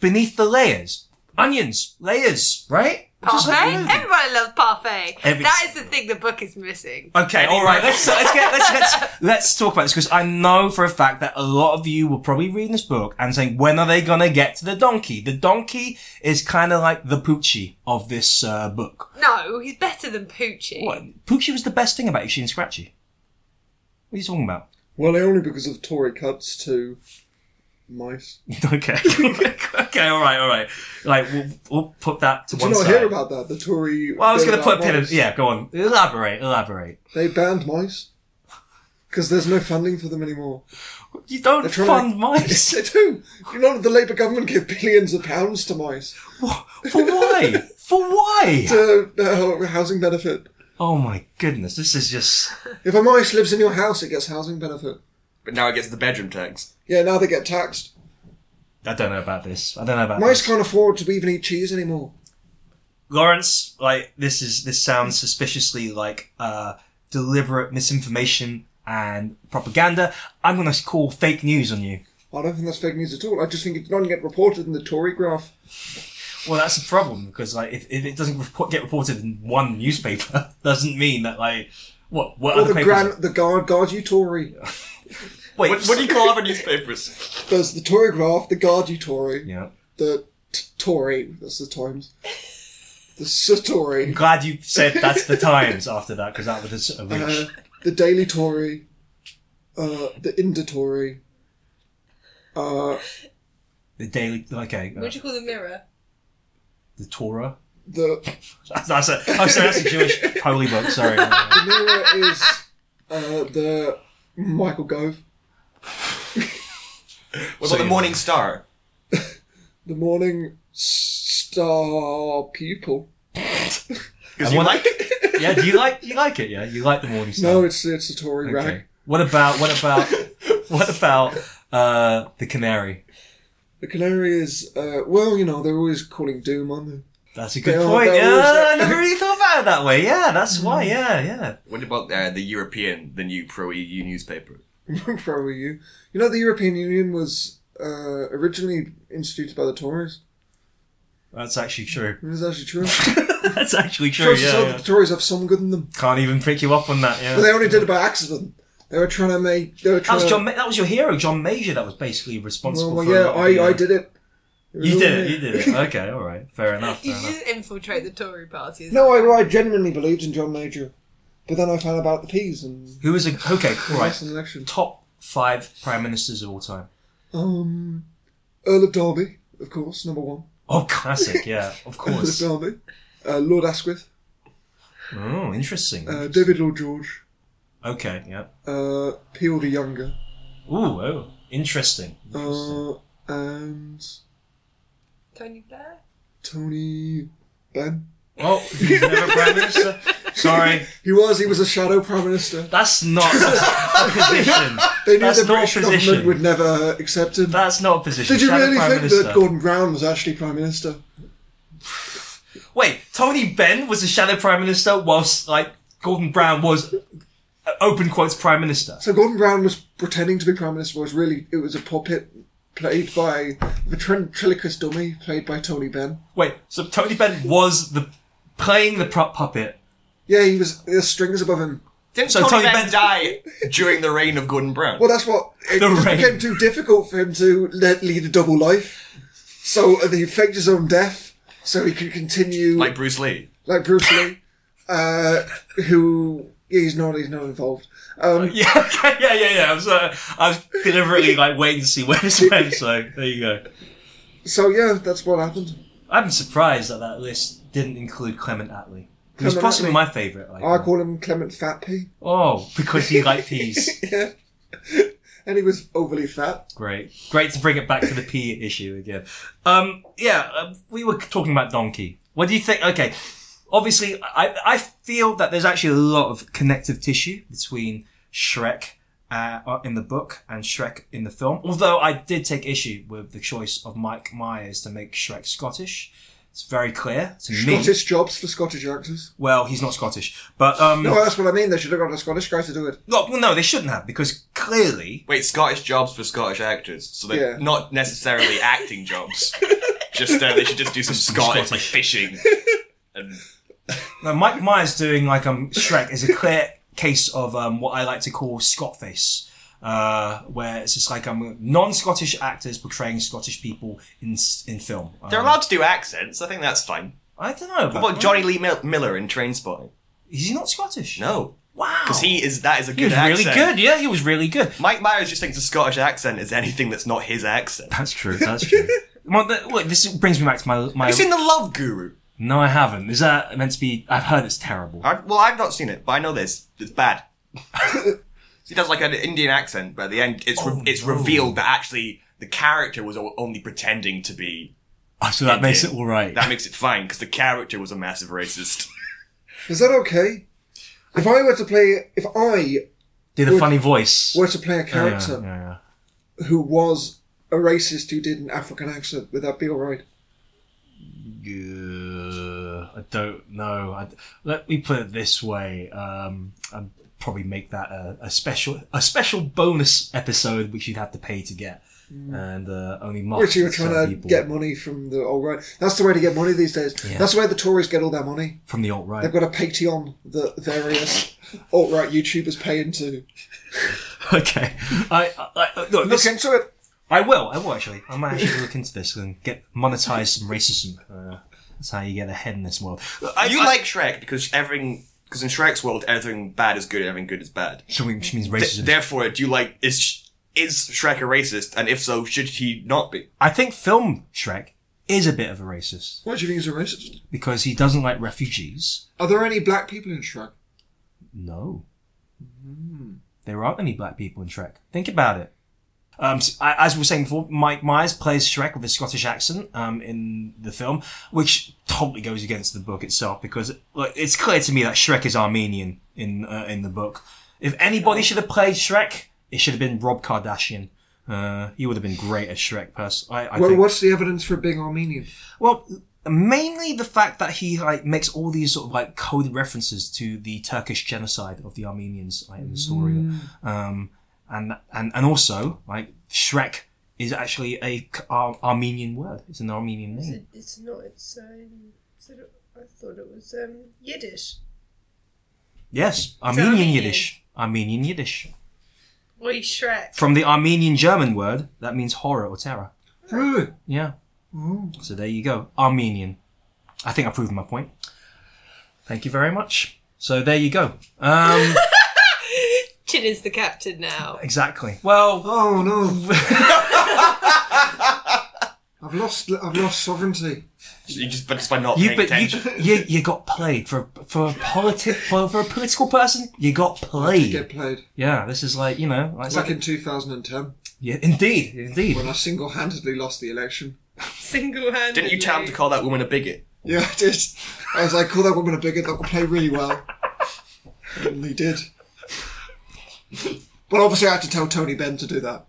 beneath the layers, onions, layers, right? Just like the Parfait. movie. Everybody loves parfait. Every- that is the thing the book is missing. Okay, all right. Let's uh, let's get let's let's let's talk about this because I know for a fact that a lot of you will probably reading this book and saying, "When are they gonna get to the donkey?" The donkey is kind of like the Poochie of this uh, book. No, he's better than Poochie. What Poochie was the best thing about Itchy and Scratchy. What are you talking about? Well, only because of Tory cuts to mice. okay, okay, all right, all right. Like we'll, we'll put that to Did one you not side. hear about that? The Tory. well, I was banned gonna put a out pin in. mice. Yeah, go on. Elaborate, elaborate. They banned mice because there's no funding for them anymore. You don't They're trying fund to- mice. They do. You know, the Labour government give billions of pounds to mice For why? For why? to uh, housing benefit. Oh my goodness, this is just. If a mice lives in your house, it gets housing benefit. But now it gets the bedroom tax. Yeah, now they get taxed. I don't know about this. I don't know about Mice this. can't afford to even eat cheese anymore. Lawrence, like this is this sounds suspiciously like uh, deliberate misinformation and propaganda. I'm going to call fake news on you. I don't think that's fake news at all. I just think it did not get reported in the Tory graph. Well, that's a problem because like if, if it doesn't report, get reported in one newspaper, doesn't mean that like what what Or other the papers? grand, the guard, guard you Tory. Wait, What, what do you call other newspapers? There's the Tory graph, the guard you Tory, Yeah, the t- Tory. That's the Times. The Sir Tory, glad you said that's the Times after that because that was a reach. Uh-huh. uh, the Daily Tory, uh, the Inder Tory. Uh, the Daily, okay, uh, Would you call the mirror? the Torah. the That's, that's a oh, sorry, that's a Jewish holy book. Sorry. Mirror is uh, the Michael Gove. What So about the you- Morning Star? The morning star pupil. Because I you wanna- like it. Yeah, do you like you like it? Yeah, you like the Morning Star. No, it's it's a Tory rag. okay. What about what about what about uh, the Canary? The canary is uh, well, you know, they're always calling doom on them. That's a good They're all- point. they're all- Yeah, I never really thought about it that way. Yeah, that's why. Mm. Yeah, yeah. What about uh, the European, the new pro EU newspaper? Pro EU. You know, the European Union was uh, originally instituted by the Tories. That's actually true. Is that actually true? that's actually true. Trust Yeah, yourself, yeah. The Tories have some good in them, Can't even pick you up on that. Yeah. but they only did it by accident. They were trying to make. They were That trying. was to, John. Ma- That was your hero, John Major. That was basically responsible. Well, well, for a yeah, lot of I, the, uh, I did it. It was You all did it. me. You did it. Okay, all right, fair enough. Did Fair you enough. just infiltrate the Tory party? is No, that right? I, I genuinely believed in John Major, but then I found out about the peas and Who was a okay? All right, lost an election. top five prime ministers of all time. Um, Earl of Derby, of course, number one. Oh, classic. Yeah, of course. Earl of Derby, uh, Lord Asquith, Oh, interesting. uh, David Lord George, okay, yeah. uh, Peel the Younger, Ooh, oh, interesting. interesting. uh, and Tony Blair? Tony Benn. oh, he's never prime minister. Sorry, He was he was a shadow prime minister. that's not a position. They knew That's the not British a position. government would never accept him. That's not a position. Did you Shadow really prime think minister. that Gordon Brown was actually prime minister? Wait, Tony Benn was the shadow prime minister, whilst like Gordon Brown was uh, open quotes prime minister. So Gordon Brown was pretending to be prime minister. but Was really it was a puppet played by the ventriloquist dummy played by Tony Benn. Wait, so Tony Benn was the playing the prop puppet. Yeah, he was. There's strings above him. Didn't So Tony, Tony Benn Benn- die during the reign of Gordon Brown? Well, that's what it The just rain. became too difficult for him to le- lead a double life. So uh, he faked his own death so he could continue like like, Bruce Lee. Bruce Lee, uh, who yeah, he's not he's not involved. Um, Yeah, okay, yeah, yeah, yeah. I was, uh, I was deliberately like waiting to see where this went. So there you go. so yeah, that's what happened. I'm surprised that that list didn't include Clement Attlee. He was Clement possibly Attlee. my favourite. Like, I call him Clement Fat P, oh, because he liked peas. and he was overly fat. Great, great to bring it back to the pea issue again. Um, yeah, uh, we were talking about donkey. What do you think? Okay, obviously, I I feel that there's actually a lot of connective tissue between Shrek uh, uh, in the book and Shrek in the film. Although I did take issue with the choice of Mike Myers to make Shrek Scottish. It's very clear to me. Scottish jobs for Scottish actors. Well, he's not Scottish, but um, No, that's what I mean. They should have got a Scottish guy to do it. no, well, no, they shouldn't have because clearly Wait, Scottish jobs for Scottish actors, so they're Yeah. not necessarily acting jobs. Just uh, they should just do some Scottish like fishing. And No, Mike Myers doing like um Shrek is a clear case of um what I like to call Scot face, uh, where it's just like um non-Scottish actors portraying Scottish people in s- in film. Um, they're allowed to do accents. I think that's fine. I don't know. What about Johnny Lee Mil- Miller in Trainspotting? Is he not Scottish? No, Wow. because he is that is a He good was accent. really good. Yeah, he was really good. Mike Myers just thinks a Scottish accent is anything that's not his accent. That's true. That's true. Well, th- look, this brings me back to my my. Have you seen The Love Guru? no, I haven't. Is that meant to be? I've heard it's terrible. I've, well, I've not seen it, but I know this. It's bad. he does like an Indian accent, but at the end, it's Oh, re- it's revealed that actually the character was o- only pretending to be. Oh, so that makes it did. all right. That makes it fine because the character was a massive racist. Is that okay? If I were to play, if I Did a would- funny voice. were to play a Yeah, character yeah, yeah. who was a racist who did an African accent, would that be all right? Uh, I don't know. I, let me put it this way. Um, I'd probably make that a, a special, a special bonus episode, which you'd have to pay to get, and uh, only market Which you were to trying certain to people get money from the alt right. That's the way to get money these days. Yeah. That's where the Tories get all their money. from the alt right. They've got a Patreon that various alt right YouTubers pay into. okay, I, I, I, look, Look this, into it. I will. I will actually. I might actually look into this and get monetize some racism. Uh, that's how you get ahead in this world. you like Shrek because everything because in Shrek's world, everything bad is good and everything good is bad. So which means Th- racism. therefore, do you like is Sh- is Shrek a racist? And if so, should he not be? I think film Shrek is a bit of a racist Why do you think he's a racist? because he doesn't like refugees. Are there any black people in Shrek? Hmm. No. There aren't any black people in Shrek. Think about it. Um, s- I- as we were saying before, Mike Myers plays Shrek with a Scottish accent um, in the film, which totally goes against the book itself because like, it's clear to me that Shrek is Armenian in uh, in the book. If anybody should have played Shrek, it should have been Rob Kardashian. Uh, he would have been great as Shrek. Pers- I, I Well, think. what's the evidence for being Armenian? Well, mainly the fact that he like makes all these sort of like coded references to the Turkish genocide of the Armenians like, in the story, um, and and and also like Shrek is actually a K- Ar- Armenian word. It's an Armenian Is name. it, it's not. It's um. is it- I thought it was um Yiddish. Yes, Armenian Armenian? Yiddish. Armenian Yiddish We Shrek. from the Armenian German word that means horror or terror. Really? Yeah. Oh. So there you go. Armenian. I think I've proven my point. Thank you very much. So there you go. Um, Chin is the captain now. exactly. Well, Oh no! I've lost. I've lost sovereignty. You just, but just by not You, paying but you, attention. you, you got played for for a politi- for, for a political person. You got To played. get played. yeah, this is like you know, like, it's Like like- in 2010, yeah, indeed, indeed. when I single-handedly lost the election. Single handed. Didn't you tell him to call that woman a bigot? Yeah, I did. I was like, "Call that woman a bigot. That will play really well." And he did. But obviously, I had to tell Tony Benn to do that.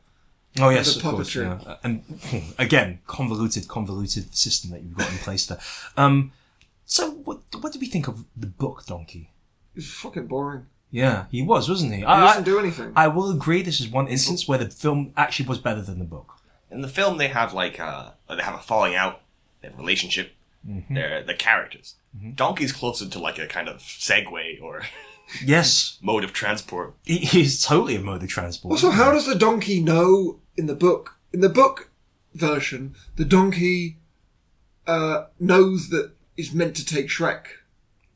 oh yes, the of course. puppetry. yeah. And again, convoluted, convoluted system that you've got in place there. Um, so what what did we think of the book donkey? It was fucking boring. Yeah, he was, wasn't he? He I, doesn't I, do anything. I will agree. This is one instance where the film actually was better than the book. In the film, they have like uh, they have a falling out, they have a relationship, Mm-hmm. they're the characters. Donkey's closer to like a kind of segue or Yes, mode of transport. he, he's totally a mode of transport. Also, how does the donkey know in the book? In the book version, the donkey uh, knows that he's meant to take Shrek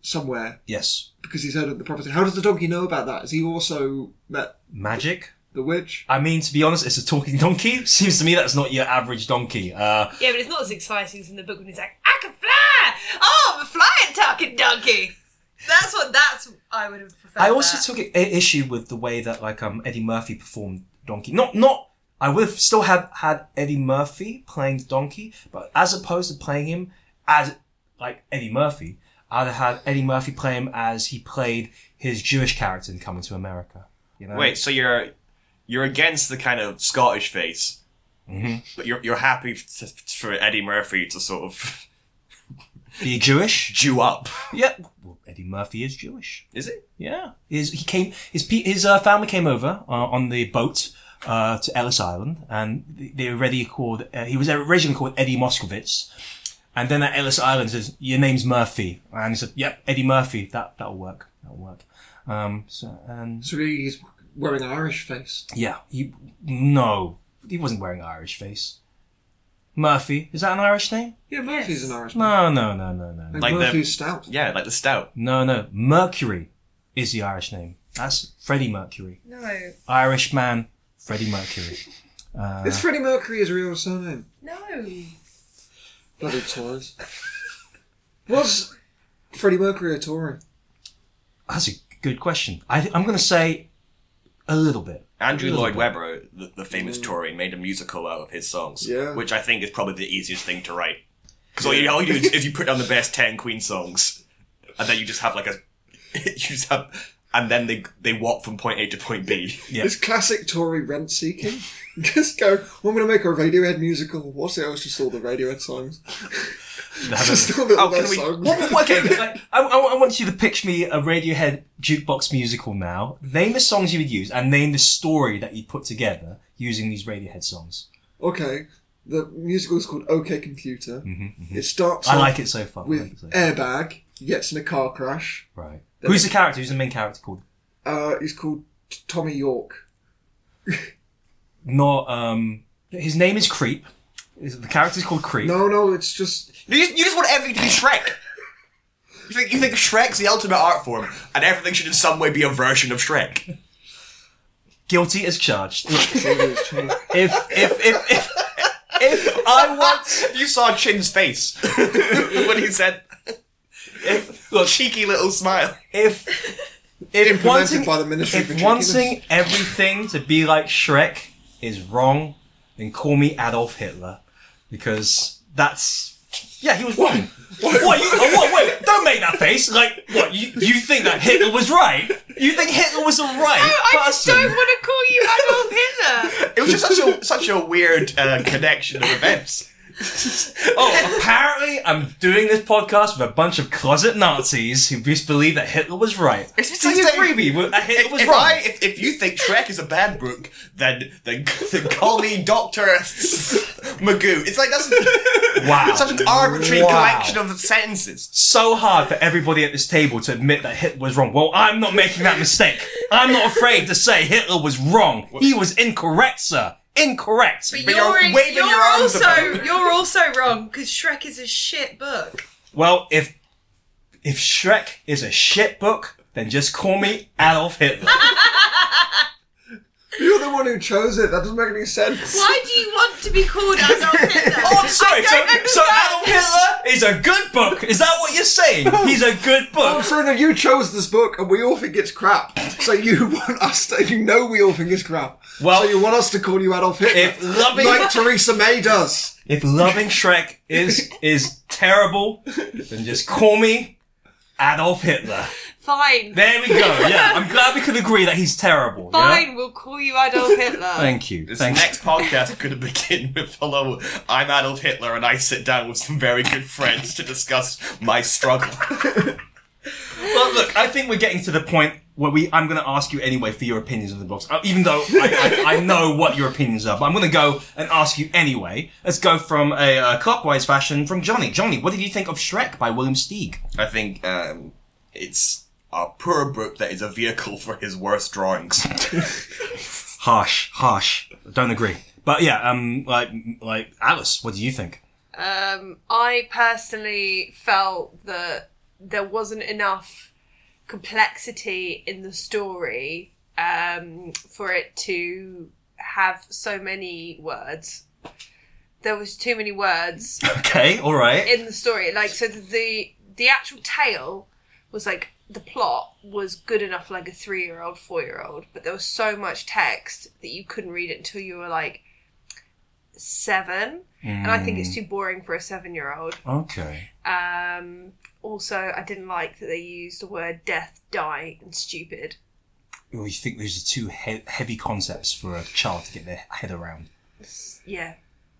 somewhere yes, because he's heard of the prophecy. How does the donkey know about that? Has he also met magic. the witch? I mean, to be honest, it's a talking donkey. Seems to me that's not your average donkey. Uh, Yeah, but it's not as exciting as in the book when he's like, I can fly! Oh, I'm a flying talking donkey! That's what, that's, I would have preferred. I also that. took i- issue with the way that like um Eddie Murphy performed Donkey. Not not I would have still have had Eddie Murphy playing Donkey, but as opposed to playing him as like Eddie Murphy, I'd have had Eddie Murphy play him as he played his Jewish character in Coming to America. You know? Wait, so you're you're against the kind of Scottish face, Mm-hmm. but you're you're happy f f- for Eddie Murphy to sort of be Jewish? Jew up, Yeah. Well, Eddie Murphy is Jewish. is it? Yeah, his, he came. His pe- his uh, family came over uh, on the boat uh, to Ellis Island, and they- they already called. Uh, he was originally called Eddie Moskowitz, and then at Ellis Island says, "Your name's Murphy," and he said, "Yep, Eddie Murphy. That that'll work. That'll work." Um, so and So really, he's wearing an Irish face. yeah, he no, he wasn't wearing an Irish face. Murphy is that an Irish name? Yeah, Murphy's an Irish man. No, no, no, no, no, no, And Like the- Murphy's stout. Yeah, like the stout. no, no. Mercury is the Irish name. That's Freddie Mercury. No. Irish man, Freddie Mercury. Uh, Is Freddie Mercury his real surname? No. Bloody Tories. Was Freddie Mercury a Tory? that's a good question. I, th- I'm going to say a little bit. Andrew Little Lloyd bit. Webber, the, the famous Tory, made a musical out of his songs, Yeah. which I think is probably the easiest thing to write. Because all, you, all you do is you put down the best ten Queen songs, and then you just have like a you just have, and then they they walk from point A to point B. Yeah. This classic Tory rent seeking. Just go, well, I'm going to make a Radiohead musical. What's it? I was just all the Radiohead songs. just all the Oh, best can we- songs. What- what- okay, like, I, I, I want you to pitch me a Radiohead jukebox musical now. Name the songs you would use and name the story that you put together using these Radiohead songs. Okay, the musical is called OK Computer. It starts Mm-hmm, I off like it so far. I like it with so far. Airbag. He gets in a car crash. Right. Who's the character? Who's the main character called? Uh, he's called T- Tommy York. Not, um, his name is Creep. Is- The character's called Creep. No, no, it's just. You just, you just want everything to be Shrek. You think, you think Shrek's the ultimate art form, and everything should in some way be a version of Shrek. Guilty as charged. Look, Maybe it's Tommy. if, if, if, if, if I want You saw Chin's face when he said, if, look, cheeky little smile. if if Implemented wanting, by the Ministry if of wanting everything to be like Shrek is wrong, then call me Adolf Hitler because that's yeah, he was wrong. What? you, oh, what? Wait, don't make that face. Like, what? You, you think that Hitler was right? You think Hitler was the right I just person? don't want to call you Adolf Hitler. It was just such a such a weird uh, connection of events. Oh, apparently I'm doing this podcast with a bunch of closet Nazis who just believe that Hitler was right. Do you like- agree with me that Hitler If, was if wrong? I, if, if you think Shrek is a bad book, then then, then call me Doctor Magoo. It's like that's Wow. It's such an arbitrary Wow. collection of sentences. so hard for everybody at this table to admit that Hitler was wrong. Well, I'm not making that mistake. I'm not afraid to say Hitler was wrong. He was incorrect, sir. Incorrect. But, But you're, you're in- waving you're your arms also about. you're also wrong because Shrek is a shit book. Well, if if Shrek is a shit book, then just call me Adolf Hitler. You're the one who chose it. That doesn't make any sense. Why do you want to be called Adolf Hitler? Oh, I'm sorry. I So, don't so Adolf understand. Hitler is a good book. Is that what you're saying? He's a good I'm book. sorry, no, Uh, you chose this book, and we all think it's crap. So you want us to? You know, we all think it's crap. Well- so you want us to call you Adolf Hitler, Oh. If loving- like Theresa May does. If loving Shrek is is terrible, then just call me Adolf Hitler. Fine. There we go. Yeah, I'm glad we could agree that he's terrible. yeah? Fine, we'll call you Adolf Hitler. Thank you. This Thank next podcast could begin with "Hello, I'm Adolf Hitler, and I sit down with some very good friends to discuss my struggle." Well, look, I think we're getting to the point where we. I'm going to ask you anyway for your opinions on the books, uh, even though I, I, I know what your opinions are. But I'm going to go and ask you anyway. Let's go from a uh, clockwise fashion from Johnny. Johnny, what did you think of Shrek by William Steig? I think um, it's a poor book that is a vehicle for his worst drawings. Harsh, harsh. Don't agree. But yeah, um, like, like Alice, what do you think? Um, I personally felt that there wasn't enough complexity in the story um, for it to have so many words. There was too many words Okay, all right. in the story. Like so, the the actual tale was like the plot was good enough, for, like a three year old, four year old. But there was so much text that you couldn't read it until you were like seven. And I think it's too boring for a seven year old. okay. Um, also, I didn't like that they used the word death, die, and stupid. Well, you think those are two he- heavy concepts for a child to get their head around? Yeah,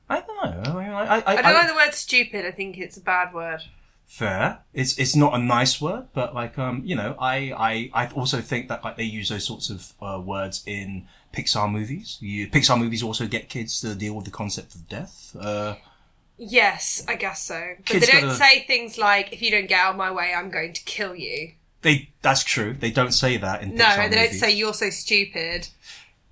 I don't know. I, mean, I, I, I don't like the word stupid. I think it's a bad word. fair. It's it's not a nice word, but like um, you know, I I, I also think that like they use those sorts of uh, words in Pixar movies. You, Pixar movies also get kids to deal with the concept of death. Uh, Yes, I guess so. But Kids they don't gotta- say things like, "If you don't get out of my way, I'm going to kill you." they that's true. They don't say that in No, Pixar they don't movies. say you're so stupid.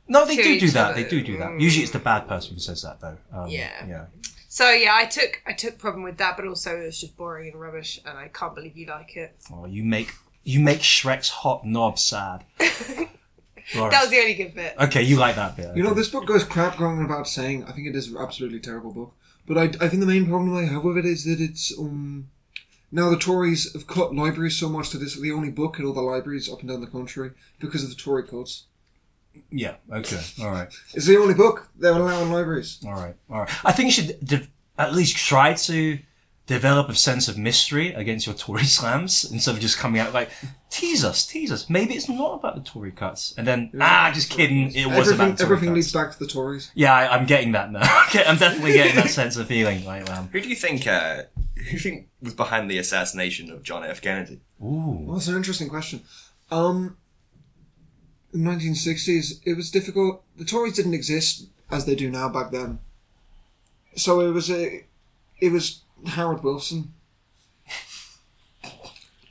No, they to do do each that. other. They do do that. Usually, it's the bad person who says that though. Um, Yeah. yeah. So yeah, I took I took problem with that, but also it was just boring and rubbish, and I can't believe you like it. Oh, you make you make Shrek's hot knob sad. Laura. That was the only good bit. okay, you like that bit. You know, okay. this book goes crap wrong about saying. I think it is an absolutely terrible book. But I, I think the main problem I have with it is that it's um. Now the Tories have cut libraries so much that it's the only book in all the libraries up and down the country because of the Tory cuts. Yeah. Okay. All right. It's the only book they're allowing libraries. All right, all right. I think you should de- at least try to develop a sense of mystery against your Tory slams instead of just coming out like tease us, tease us. Maybe it's not about the Tory cuts, and then ah, just kidding. It was everything about the Tory everything cuts. leads back to the Tories. yeah, I, I'm getting that now. okay, I'm definitely getting that sense of feeling. Like, um, Who do you think? Uh, who do you think was behind the assassination of John F. Kennedy? ooh, Well, that's an interesting question. Um, in the 1960s, it was difficult. The Tories didn't exist as they do now back then. So it was a, it was Howard Wilson.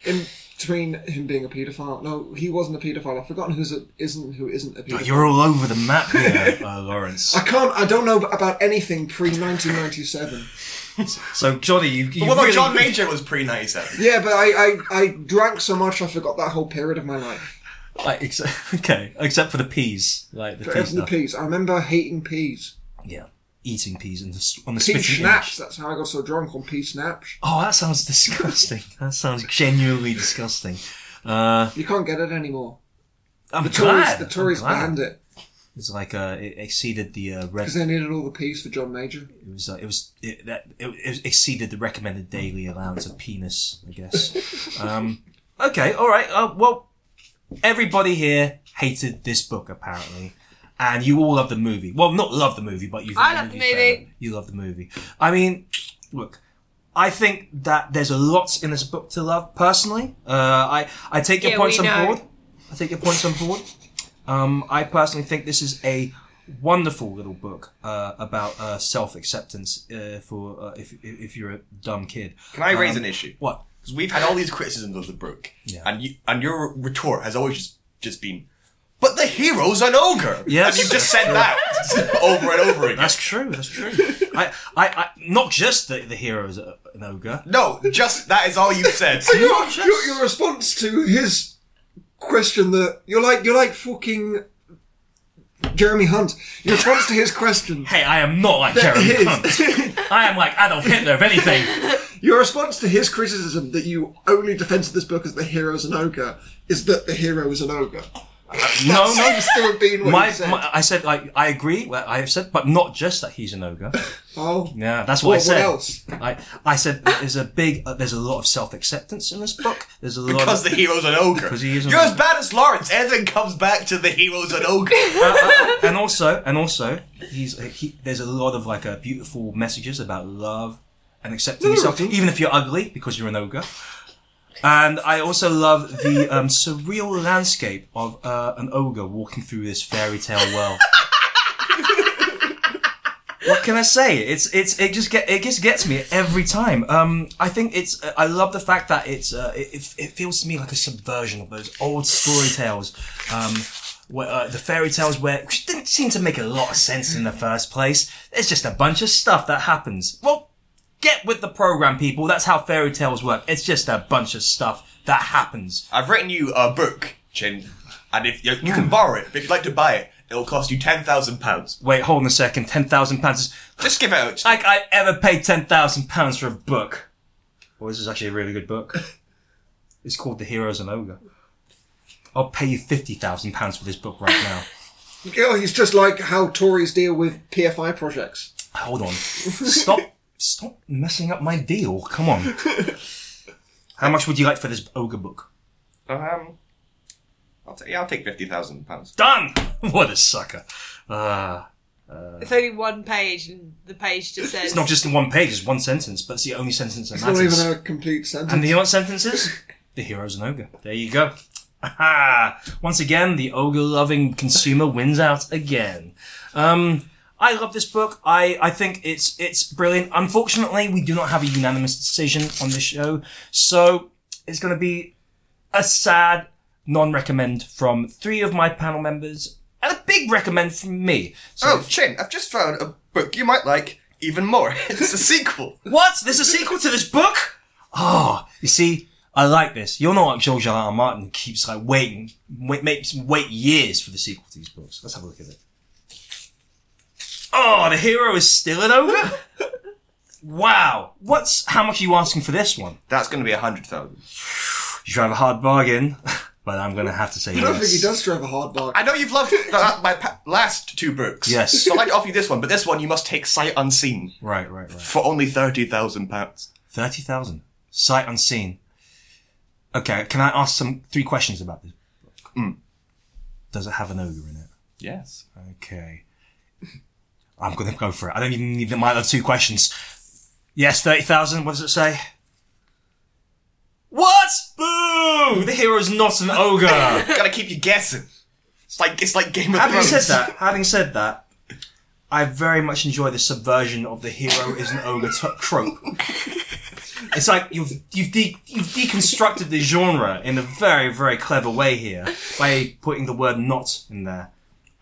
In between him being a paedophile, no, he wasn't a paedophile. I've forgotten who's a, isn't who isn't a paedophile. you're all over the map here, uh, Lawrence. I can't. I don't know about anything pre 1997. So Johnny, you, you Well, really- John Major was pre ninety seven. Yeah, but I, I I drank so much I forgot that whole period of my life. like, ex- okay, except for the peas, like the peas Except for the stuff. peas. I remember hating peas. yeah, eating peas and the, s- on the Pea spitting snaps. That's how I got so drunk on pea snaps. Oh, that sounds disgusting. that sounds genuinely disgusting. Uh, You can't get it anymore. I'm Tories, glad. the Tories I'm glad. banned it. It's like uh, it exceeded the uh, red. Because they needed all the peas for John Major. It was uh, it was it, that it, it exceeded the recommended daily allowance of penis, I guess. um, okay, all right. Uh, well, everybody here hated this book apparently, and you all love the movie. Well, not love the movie, but you. I love the movie. You love the movie. I mean, look. I think that there's a lot in this book to love. Personally, uh, I I take your Yeah, points we on know. board. I take your points on board. Um, I personally think this is a wonderful little book uh, about uh, self acceptance uh, for uh, if if you're a dumb kid. Can I raise Um, an issue? What? Because we've had all these criticisms of the book, Yeah. and you, and your retort has always just, just been, "But the hero's an ogre." Yes. and you've just said that over and over again. That's true. That's true. I, I, I not just the the hero is a- an ogre. no, just that is all you've said. Your, your, your response to his question that you're like you're like fucking Jeremy Hunt. Your response to his question. Hey, I am not like Jeremy His- Hunt. I am like Adolf Hitler, if anything. Uh, your response to his criticism that you only defended this book as the hero's an ogre is that the hero is an ogre. No, That no. seems to have been what My, you said. my, I said like I agree. Well, I have said, but not just that he's an ogre. oh, Yeah, that's what, what, I what said. else? I, I said there's a big, uh, there's a lot of self acceptance in this book. There's a lot of Because the hero's an ogre. Because he is an You're as ogre. bad as Lawrence. Everything comes back to the hero's an ogre. and also, and also, he's he, there's a lot of like uh, beautiful messages about love and accepting yourself, even if you're ugly because you're an ogre. And I also love the um, surreal landscape of uh, an ogre walking through this fairy tale world. what can I say? It's it's it just get it just gets me every time. Um, I think it's I love the fact that it's uh, it, it feels to me like a subversion of those old story tales. Um, where, uh, the fairy tales where which didn't seem to make a lot of sense in the first place. It's just a bunch of stuff that happens. Well, get with the program, people. That's how fairy tales work. It's just a bunch of stuff that happens. I've written you a book, Chin, and if you, you can borrow it, but if you'd like to buy it, it'll cost you ten thousand pounds. Wait, hold on a second. Ten thousand pounds is Just give it out. like I ever paid ten thousand pounds for a book. Well, this is actually a really good book. It's called The Heroes and Ogre. I'll pay you fifty thousand pounds for this book right now. Oh, he's just like how Tories deal with PFI projects. Hold on. Stop stop messing up my deal. Come on. How much would you like for this ogre book? Um, I'll take. Yeah, I'll take fifty thousand pounds. Done! What a sucker. Uh, It's only one page, and the page just says. it's not just in one page, it's one sentence, but it's the only sentence that It's not matters. even a complete sentence. And the other sentences? The hero's an ogre. There you go. Aha! Once again, the ogre-loving consumer wins out again. Um, I love this book. I, I think it's it's brilliant. Unfortunately, we do not have a unanimous decision on this show, so it's going to be a sad non-recommend from three of my panel members and a big recommend from me. So Oh, Chin, I've just found a book you might like even more. It's a sequel. What? There's a sequel to this book? Oh, you see, I like this. You're not like George R. R. Martin who keeps like waiting, wait, makes him wait years for the sequel to these books. Let's have a look at it. Oh, the hero is still an ogre. wow, what's how much are you asking for this one? That's going to be a hundred thousand. You drive a hard bargain, but I'm gonna have to say I yes. don't think he does drive a hard bar. I know you've loved th- that, my pa- last two books. Yes. So I'd like to offer you this one, but this one you must take sight unseen Right, right, right. for only thirty thousand pounds. Thirty thousand, sight unseen. Okay, can I ask some three questions about this? Hmm. Does it have an ogre in it? Yes. Okay. I'm going to go for it. I don't even need my other two questions. Yes, 30,000. What does it say? What? Boo! The hero's not an ogre. Gotta keep you guessing. It's like it's like Game of having Thrones. said that, having said that, I very much enjoy the subversion of the hero is an ogre t- trope. It's like you've you've de- you've deconstructed the genre in a very very clever way here by putting the word "not" in there,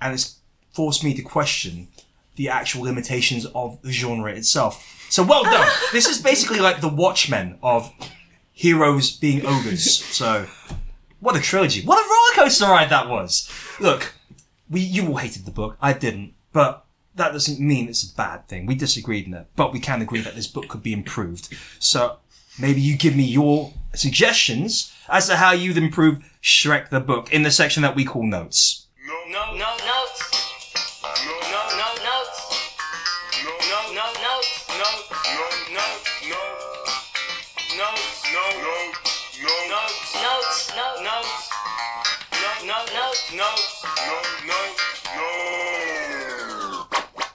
and it's forced me to question the actual limitations of the genre itself. So well done. this is basically like the Watchmen of heroes being ogres. So what a trilogy! What a rollercoaster ride that was. Look, we you all hated the book. I didn't, but that doesn't mean it's a bad thing. We disagreed in it, but we can agree that this book could be improved. So maybe you give me your suggestions as to how you'd improve Shrek the book in the section that we call notes. No, no, no, notes.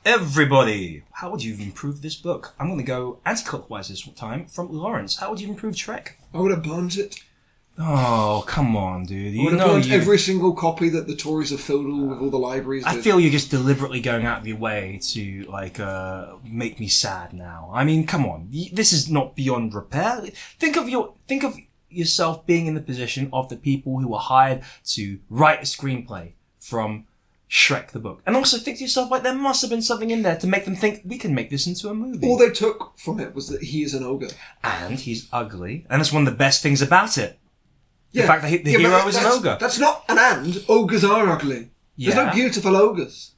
Everybody, how would you have improved this book? I'm going to go anti-clockwise this time from Lawrence. How would you improve Trek? I would have burnt it. Oh, come on, dude. I You would have know burnt you. every single copy that the Tories have filled all with all the libraries. I that- feel you're just deliberately going out of your way to like uh, make me sad now. I mean, come on, Y- this is not beyond repair. Think of your think of yourself being in the position of the people who were hired to write a screenplay from Shrek the book, and also think to yourself like there must have been something in there to make them think we can make this into a movie. all they took from it was that he is an ogre. and he's ugly, and that's one of the best things about it. Yeah. fact that he- the but hero is an that's- ogre. That's not an and. Ogres are ugly. There's Yeah. no beautiful ogres.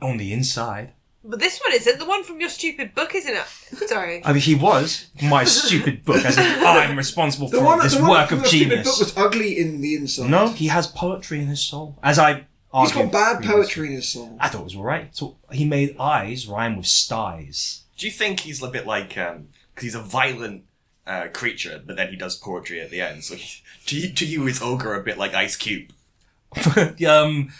On the inside, But this one isn't the one from your stupid book, isn't it? Sorry. I mean, he was my stupid book, as if I'm responsible The for one, this the one work from of the stupid genius. book was ugly in the inside. No, he has poetry in his soul. As I he's argued got bad previously. poetry in his soul. I thought it was alright. So he made eyes rhyme with styes. Do you think he's a bit like um 'cause because he's a violent uh, creature, but then he does poetry at the end. So he, to you, to you, is ogre a bit like Ice Cube? um,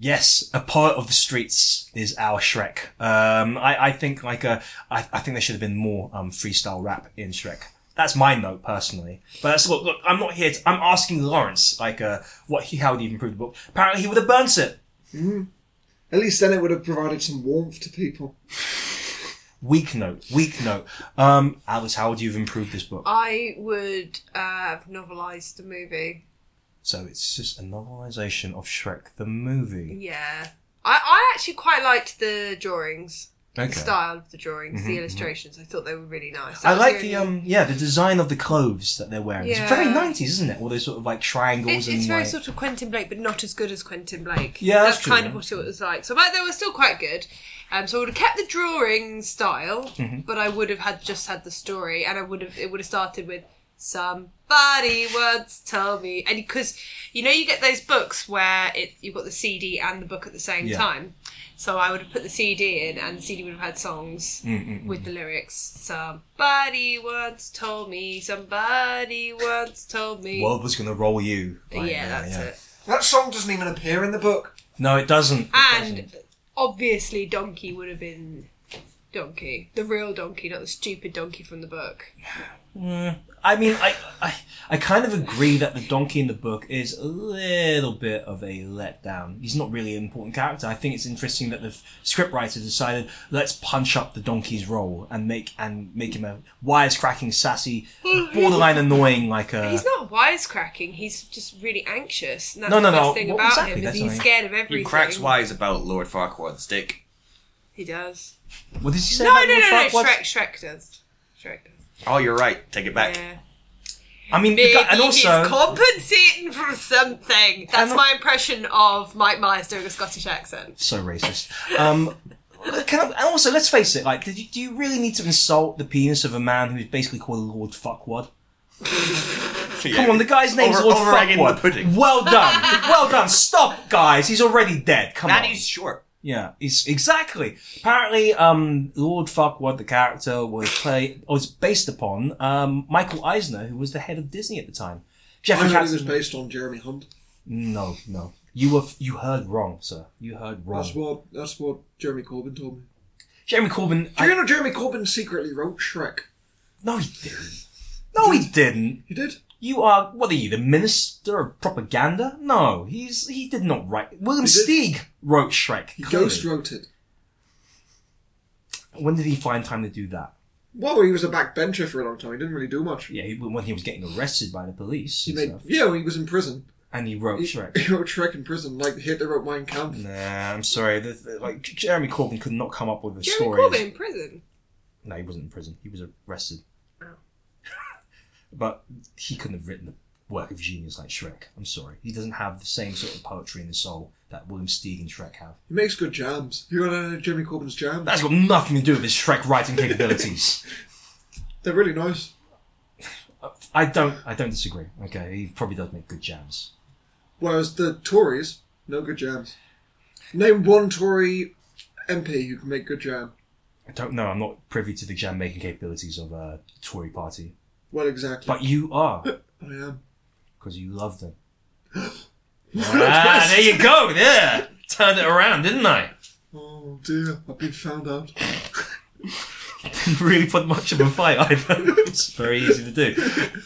yes, a poet of the streets is our Shrek. Um, I, I think like uh, I, I think there should have been more um, freestyle rap in Shrek. That's my note personally. But that's, look, look, I'm not here. To, I'm asking Lawrence like uh, what he how would he improve the book. Apparently, he would have burnt it. At least then it would have provided some warmth to people. Weak note. Weak note. Um, Alice, how would you have improved this book? I would uh, have novelised the movie. So it's just a novelization of Shrek the movie. Yeah. I, I actually quite liked the drawings, Okay. Mm-hmm, the style of the drawings, the illustrations. I thought they were really nice. That I was like the only- um yeah the design of the clothes that they're wearing. It's very Yeah. nineties, isn't it? All those sort of like triangles It's, and it's very like- sort of Quentin Blake, but not as good as Quentin Blake. Yeah, that's that's, true, kind yeah. of what it was like. So, but they were still quite good. Um, so I would have kept the drawing style, Mm-hmm. but I would have had just had the story, and I would have it would have started with somebody once told me, and because you know you get those books where it you've got the CD and the book at the same Yeah. time. So I would have put the CD in, and the CD would have had Mm, songs with the lyrics. Somebody once told me. Somebody once told me. world was gonna roll you. Like, yeah, that's it. That song doesn't even appear in the book. No, it doesn't. It And doesn't. obviously, Donkey would have been Donkey, the real Donkey, not the stupid Donkey from the book. I mean, I, I I kind of agree that the donkey in the book is a little bit of a letdown. He's not really an important character. I think it's interesting that the f- scriptwriter decided let's punch up the donkey's role and make and make him a wisecracking, sassy, borderline annoying like a. He's not wisecracking. He's just really anxious. And that's No, no, the best no. thing Well, about exactly, him that's is what I he's mean. scared of everything. He cracks wise about Lord Farquaad's dick. He does. what did you say? No, no, about no, Lord no. Farquaad's- Shrek, Shrek does. Shrek does. Oh, you're right. Take it back. Yeah. I mean, Maybe the guy- and also he's compensating for something. That's And- my impression of Mike Myers doing a Scottish accent. so racist. Um, can I, and also, let's face it. Like, did you, do you really need to insult the penis of a man who's basically called Lord Fuckwad? Yeah. Come on, the guy's name's Over- Lord over-egging the Fuckwad. pudding. Well done, well done. Stop, guys. He's already dead. Come And on. he's short. Yeah, it's exactly. Apparently, um, Lord Farquaad, the character, was play was based upon um, Michael Eisner, who was the head of Disney at the time. I Jeffrey thought it was Katzenberg. based on Jeremy Hunt. no, no. You were you heard wrong, sir. You heard wrong. That's what that's what Jeremy Corbyn told me. Jeremy Corbyn. Do I- you know Jeremy Corbyn secretly wrote Shrek? No, he didn't. No, he didn't. He did. You are what are you, the minister of propaganda? No, he's he did not write. William He did. Steig wrote Shrek. He clearly. ghost wrote it. When did he find time to do that? Well, he was a backbencher for a long time. He didn't really do much. Yeah, he, when he was getting arrested by the police He and made stuff, yeah. Well, he was in prison. and he wrote He, Shrek. he wrote Shrek in prison, like Hitler wrote Mein Kampf. Nah, I'm sorry. The, the- like Jeremy Corbyn could not come up with a Jeremy story. Corbyn in prison. No, he wasn't in prison. He was arrested. but he couldn't have written a work of genius like Shrek. I'm sorry. He doesn't have the same sort of poetry in his soul that William Steig and Shrek have. He makes good jams. You want to Jeremy Corbyn's jams? That's got nothing to do with his Shrek writing capabilities. They're really nice. I don't. I don't disagree. Okay, he probably does make good jams. Whereas the Tories, no good jams. Name one Tory MP who can make good jam. I don't know. I'm not privy to the jam making capabilities of a Tory party, Well, exactly. but you are I am. because you love them. ah, there you go. There, turned it around, didn't I? Oh dear, I've been found out. Didn't really put much of a fight either. It's very easy to do.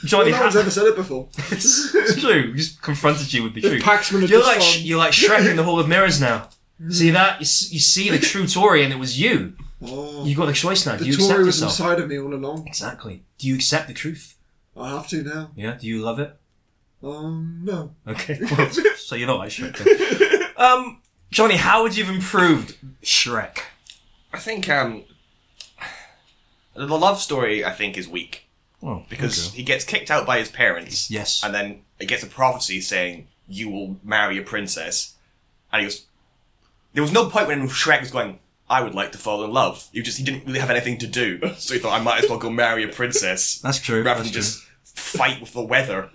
Johnny, No one's how- ever said it before. it's, it's true. We just confronted you with the truth. Paxman had You're just like gone, you're like Shrek in the Hall of Mirrors now. Mm. See that? You, s- you see the true Tory, and it was you. oh, You got a choice now. Do the you Tory accept was yourself? inside of me all along. Exactly. Do you accept the truth? I have to now. Yeah. Do you love it? Um, no. Okay. Well, so you're not like Shrek. then. Um, Johnny, how would you have improved Shrek? I think um, the love story I think is weak Oh, because okay. he gets kicked out by his parents. yes. and then it gets a prophecy saying you will marry a princess, and he was. There was no point when Shrek was going. I would like to fall in love. You just he didn't really have anything to do, so he thought I might as well go marry a princess That's true. that's rather than true. just fight with the weather.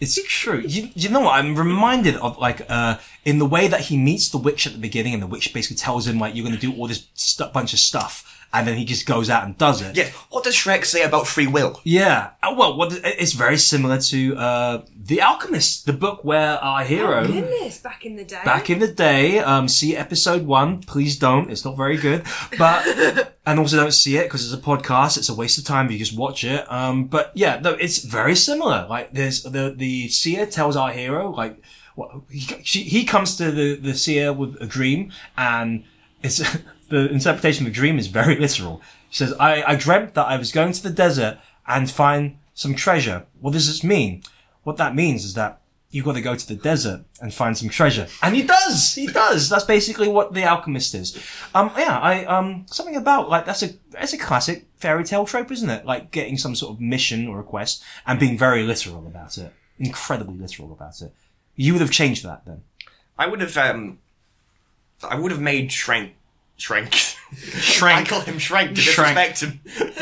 It's true. You, you know what? I'm reminded of like uh, in the way that he meets the witch at the beginning, and the witch basically tells him like you're going to do all this stu- bunch of stuff, and then he just goes out and does it. Yes. What does Shrek say about free will? Yeah. Uh, Well, what it's very similar to uh, The Alchemist, the book where our Oh, hero Goodness, back in the day. back in the day, um, see episode one. Please don't. It's not very good. But and also don't see it because it's a podcast. It's a waste of time. if You just watch it. Um, but yeah, no, it's very similar. Like there's the the seer tells our hero like what he, she, he comes to the the seer with a dream and it's the interpretation of the dream is very literal. She says, I, I dreamt that I was going to the desert and find some treasure. What does this mean? What that means is that you got to go to the desert and find some treasure. And he does. He does. That's basically what the alchemist is. Um, yeah, I um something about like that's a that's a classic fairy tale trope, isn't it? Like getting some sort of mission or request and being very literal about it, incredibly literal about it. You would have changed that then. I would have um, I would have made Shrek. Shrek. I Shrank. call him Shrek to Shrek. disrespect him.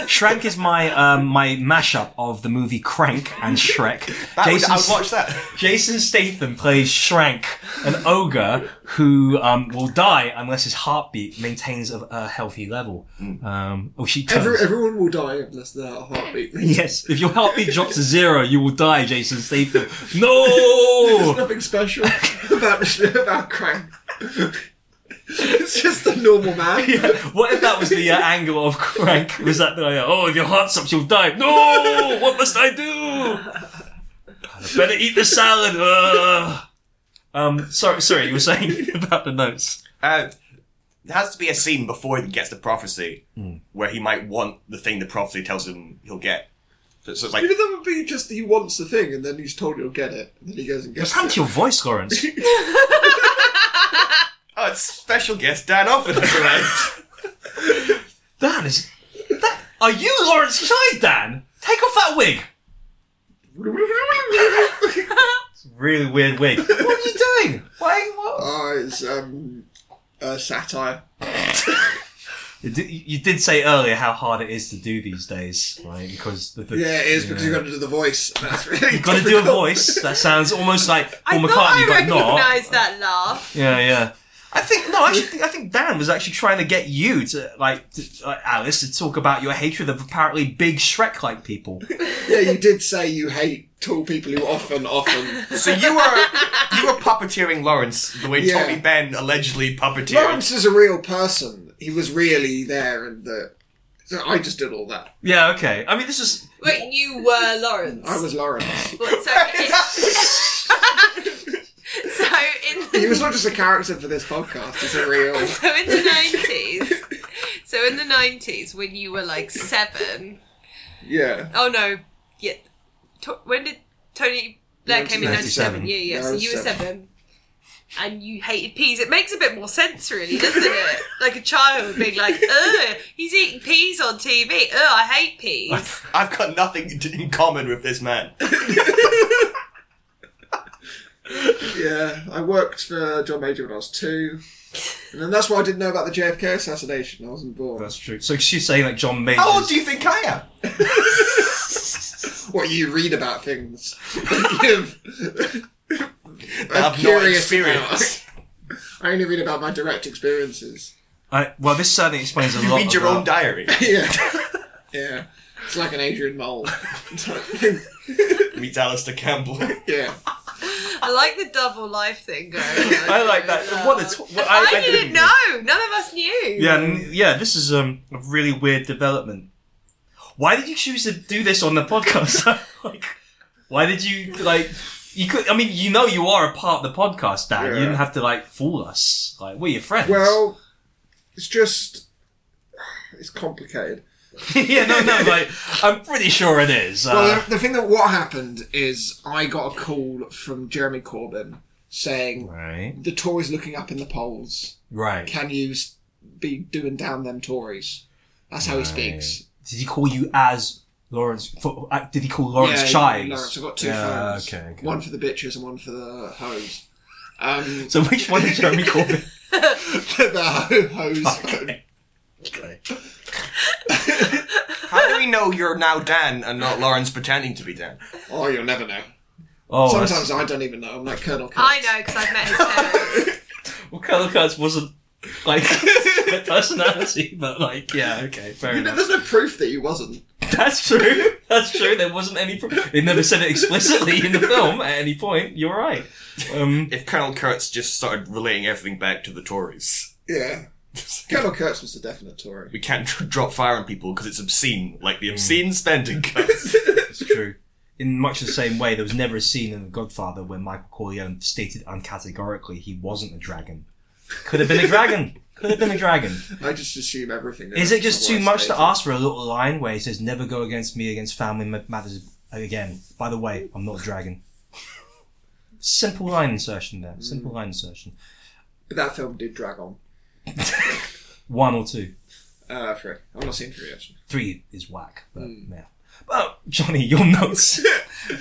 Shrank is my um, my mashup of the movie Crank and Shrek. That would, Jason I would watch that. Jason Statham plays Shrank, an ogre who um, will die unless his heartbeat maintains a, a healthy level. Um, oh, she does. Every, everyone will die unless their heartbeat. yes, if your heartbeat drops to zero, you will die, Jason Statham. No! There's nothing special about about Crank. it's just a normal man. What if that was the uh, angle of Crank? Was that the uh, oh, if your heart stops, you'll die? No! What must I do? I better eat the salad. Ugh. Um, sorry, sorry, you were saying about the notes. Uh, there has to be a scene before he gets the prophecy where he might want the thing the prophecy tells him he'll get. So, so it's like, Maybe that would be just he wants the thing and then he's told he'll get it and then he goes and What's gets happened it. to your voice, Lawrence? oh, it's special guest Dan Offen has arrived. Dan is. That, are you Lawrence Shy, Dan? Take off that wig. It's a really weird wig. What are you doing? Why? What? Ah, it's um, a satire. You did, you did say earlier how hard it is to do these days, right? Because the, the, Yeah, it is because you've got to do the voice. That's really You've got to do a voice that sounds almost like I Paul thought McCartney, I but not. recognised that laugh. Yeah, yeah. I think no. I actually think I think Dan was actually trying to get you to like to, uh, Alice to talk about your hatred of apparently big Shrek-like people. Yeah, you did say you hate tall people who often, often. so you were you were puppeteering Lawrence the way Yeah. Tommy Ben allegedly puppeteered. Lawrence is a real person. He was really there, and the. So I just did all that. Yeah, okay. I mean, this is Wait, you were Lawrence. I was Lawrence. What, so, in- so in the He was not just a character for this podcast. He's a real. so in the nineties. So in the nineties, when you were like seven. Yeah. Oh no, yeah. To- when did Tony Blair came in? Ninety 97. seven. Yeah, yeah. Yeah, I so was you were seven. seven. And you hated peas. It makes a bit more sense, really, doesn't it? Like a child being like, "Ugh, he's eating peas on TV. Ugh, I hate peas." I've got nothing to- in common with this man. Yeah. I worked for John Major when I was two. And then that's why I didn't know about the JFK assassination. I wasn't born. that's true. So she's saying like John Major. How old do you think I am? what you read about things. that you've- I have no curious experience. I only read about my direct experiences. I, well, this certainly explains a You lot. read your about- own diary. yeah. yeah. It's like an Adrian Mole. Meets Alistair Campbell. yeah. I like the double life thing going. on. I like that. Yeah. What a tw- what- I, I- I didn't didn't know. None of us knew. Yeah, n- yeah. This is um, a really weird development. Why did you choose to do this on the podcast? like, why did you like? You could. I mean, you know, you are a part of the podcast, Dan. You Yeah. didn't have to like fool us. Like, we're your friends. Well, it's just. It's complicated. yeah, no, no. Like, I'm pretty sure it is. Uh, Well, the, the thing that what happened is I got a call from Jeremy Corbyn saying right, the Tories looking up in the polls. right. Can you s- be doing down them Tories? That's how he speaks. Did he call you as Lawrence? For, uh, did he call Lawrence yeah, Chives? Lawrence, I've got two Yeah, phones. okay, okay. One for the bitches and one for the hoes. Um, So which one is Jeremy Corbyn? the ho- hoes phone. How do we know you're now Dan and not Lawrence pretending to be Dan? Oh, you'll never know. Oh, Sometimes that's- I don't even know. I'm like Colonel Kurtz. I know because I've met his parents. Well, Colonel Kurtz wasn't like a personality, but like, yeah, okay, fair You know, enough. there's no proof that you wasn't. That's true. That's true. There wasn't any. Pro- they never said it explicitly in the film at any point. You're right. Um, If Colonel Kurtz just started relating everything back to the Tories. Yeah. Colonel Kurtz was the definite Tory. We can't dr- drop fire on people because it's obscene, like the obscene spending cuts. it's true. In much the same way, there was never a scene in The Godfather where Michael Corleone stated uncategorically he wasn't a dragon. Could have been a dragon. Could have been a dragon. I just assume everything. Is it just too Otherwise, much to they- ask for a little line where he says, "Never go against me against family ma- matters again"? By the way, I'm not a dragon. Simple line insertion there. Simple line insertion. But that film did drag on. One or two, Uh, three. I've not seen three actually. three is whack. But yeah. Well, Johnny, your notes.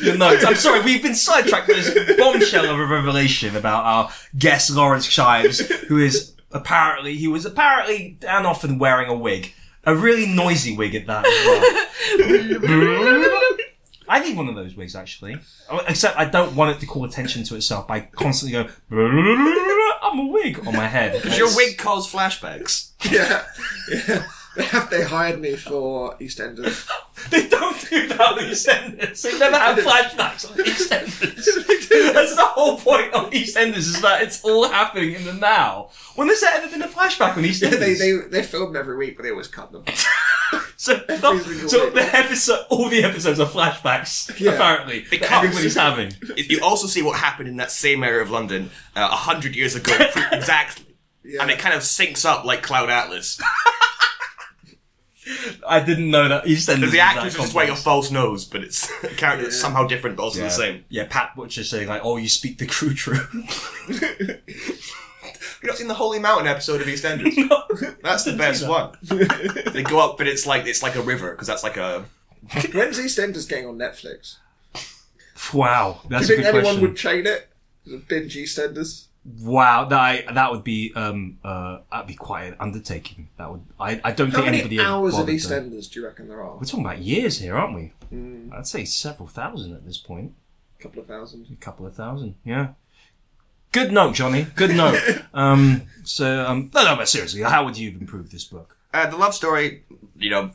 Your notes. I'm sorry, we've been sidetracked with this bombshell of a revelation about our guest Lawrence Chives, who is apparently he was apparently and often wearing a wig, a really noisy wig at that. As well. I need one of those wigs actually. Oh, Except I don't want it to call attention to itself by constantly going. I'm a wig on my head. Does your wig cause flashbacks? Yeah. yeah. They have- They hired me for EastEnders. They don't do that on EastEnders. They never have flashbacks on EastEnders. That's the whole point of EastEnders is that it's all happening in the now. When has there ever been a flashback on EastEnders? they, they they filmed them every week, but they always cut them. so single so week. the episode, all the episodes are flashbacks. Yeah. Apparently, that Because- everybody's having. It- You also see what happened in that same area of London uh, a hundred years ago, pre- exactly. Yeah. And it kind of syncs up like Cloud Atlas. I didn't know that EastEnders. was The that actors are just complex. wearing a false nose, but it's a character that's somehow different, but also the same. Yeah, Pat Butcher saying like, "Oh, you speak the crew true." You've not seen the Holy Mountain episode of EastEnders? That's the best one. they go up, but it's like it's like a river because that's like a When's EastEnders getting on Netflix? wow, that's Do a you good think anyone question. would chain it? Binge EastEnders. Wow, that I, that would be um uh that'd be quite an undertaking. That would I, I don't How think many anybody ever hours of bothered to- EastEnders do you reckon there are? We're talking about years here, aren't we? I'd say several thousand at this point. A couple of thousand. A couple of thousand, yeah. Good note, Johnny. Good note. um, so, um, no, no, but seriously, how would you improve this book? uh, the love story. You know,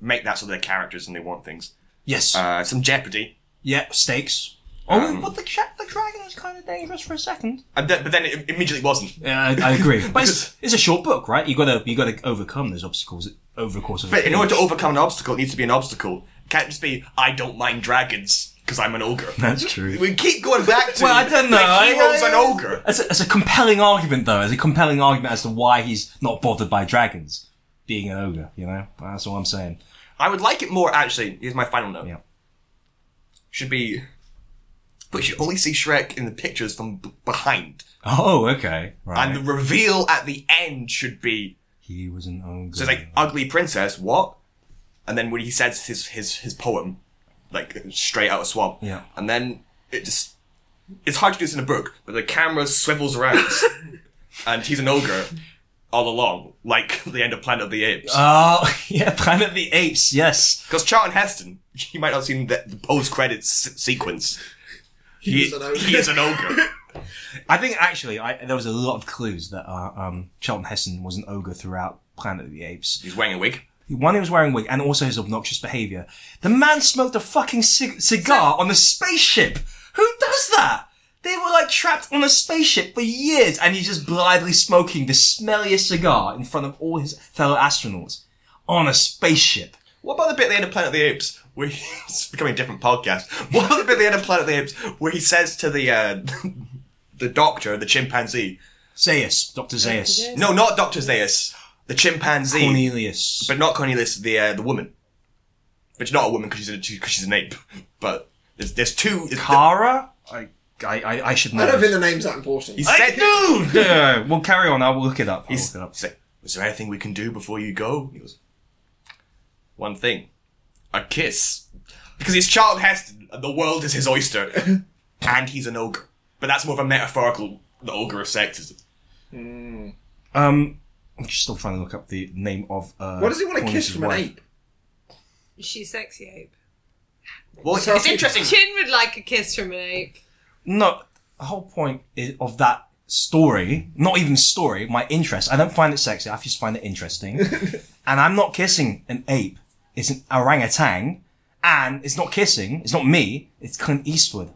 make that so they're characters and they want things. Yes. Uh, some jeopardy. yeah, stakes. Oh, but the, dra- the dragon is kind of dangerous for a second. And then, but then it immediately wasn't. Yeah, I, I agree. but it's, it's a short book, right? You gotta you gotta overcome those obstacles over the course of. a But in page. order to overcome an obstacle, it needs to be an obstacle. It can't just be I don't mind dragons because I'm an ogre. That's true. We keep going back to Well, I don't know. The hero's I- I- an ogre. That's a, that's a compelling argument, though. It's a compelling argument as to why he's not bothered by dragons being an ogre. You know, that's all I'm saying. I would like it more. Actually, here's my final note. Yeah. Should be. But you should only see Shrek in the pictures from b- behind, Oh, okay, right. and the reveal at the end should be he was an ogre. So it's like ugly princess, what? And then when he says his his his poem, like straight out of swamp. Yeah. And then it just it's hard to do this in a book, but the camera swivels around and he's an ogre all along, like the end of Planet of the Apes. oh, yeah, Planet of the Apes. Yes, Because Charlton Heston, you might not have seen the, the post credits s- sequence. He, is an ogre. he is an ogre. I think actually, I, there was a lot of clues that uh, um, Charlton Heston was an ogre throughout Planet of the Apes. He's wearing a wig. One, he was wearing a wig, and also his obnoxious behaviour. The man smoked a fucking cig- cigar on the spaceship. Who does that? They were like trapped on a spaceship for years, and he's just blithely smoking the smelliest cigar in front of all his fellow astronauts on a spaceship. What about the bit at the end of Planet of the Apes where he, it's becoming a different podcast? What about the bit at the end of Planet of the Apes where he says to the uh, the doctor, the chimpanzee, Zeus, Doctor Zeus, no, not Doctor Zeus, the chimpanzee, Cornelius. but not Cornelius, the uh, the woman, but she's not a woman because she's a, she, 'cause she's an ape. But there's there's two. there's- Kara? I, I, I, I should know. I don't think the name's that important. he I said, do! Yeah, we'll carry on. I will look it up. I'll He's, look it up. he's like, "Was there anything we can do before you go?" He goes, "One thing, a kiss," because he's Charlton Heston, and the world is his oyster, and he's an ogre. But that's more of a metaphorical the ogre of sexism. Um, I'm just still trying to look up the name of. Uh, Why does he want to kiss Cornelius's from an wife. ape? She's sexy ape. Well, it's, interesting. Chin would like a kiss from an ape. No, the whole point is, of that story, not even story, my interest. I don't find it sexy. I just find it interesting. and I'm not kissing an ape. It's an orangutan. And it's not kissing. It's not me. It's Clint Eastwood.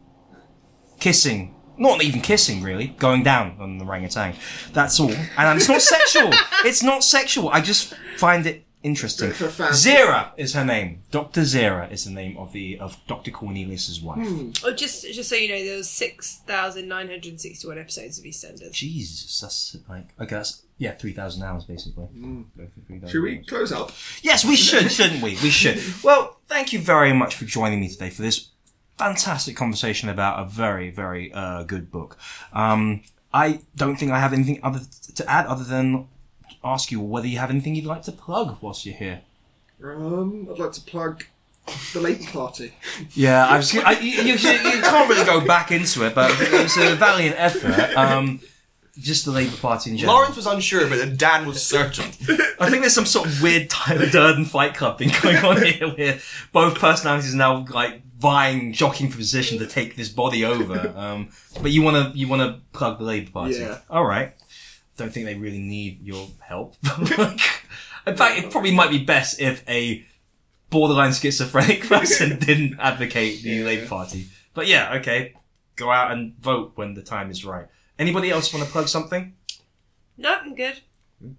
Kissing. Not even kissing, really. Going down on the orangutan. That's all. And I'm- it's not sexual. It's not sexual. I just find it interesting. For fans. Zera is her name. Dr. Zera is the name of the, of Dr. Cornelius's wife. Oh, just just so you know, there was six thousand nine hundred sixty-one episodes of EastEnders. Jesus, that's like okay, that's yeah, three thousand hours basically. Go for 3,000 Should we hours. close up? Yes, we should, shouldn't we? We should. Well, thank you very much for joining me today for this fantastic conversation about a very, very uh, good book. Um, I don't think I have anything other to add other than ask you whether you have anything you'd like to plug whilst you're here. Um, I'd like to plug the late party. Yeah, I was. I, you, you, you can't really go back into it, but it was a valiant effort. Um, just the Labour Party in general. Lawrence was unsure, but then Dan was certain. I think there's some sort of weird Tyler Durden fight club thing going on here where both personalities are now like vying, jockeying for position to take this body over. Um, but you wanna you wanna plug the Labour Party. Yeah. Alright. Don't think they really need your help. In fact it probably might be best if a borderline schizophrenic person didn't advocate the Labour Party. But yeah, okay. Go out and vote when the time is right. Anybody else wanna plug something? Nope, I'm good.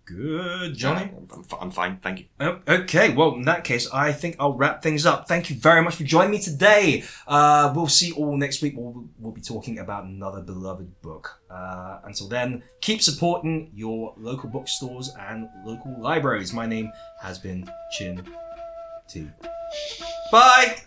Good, Johnny. I'm, I'm, fi- I'm fine, thank you. Oh, Okay, well, in that case, I think I'll wrap things up. Thank you very much for joining me today. Uh, we'll see you all next week. We'll, we'll be talking about another beloved book. Uh, until then, keep supporting your local bookstores and local libraries. My name has been Chin T. Bye!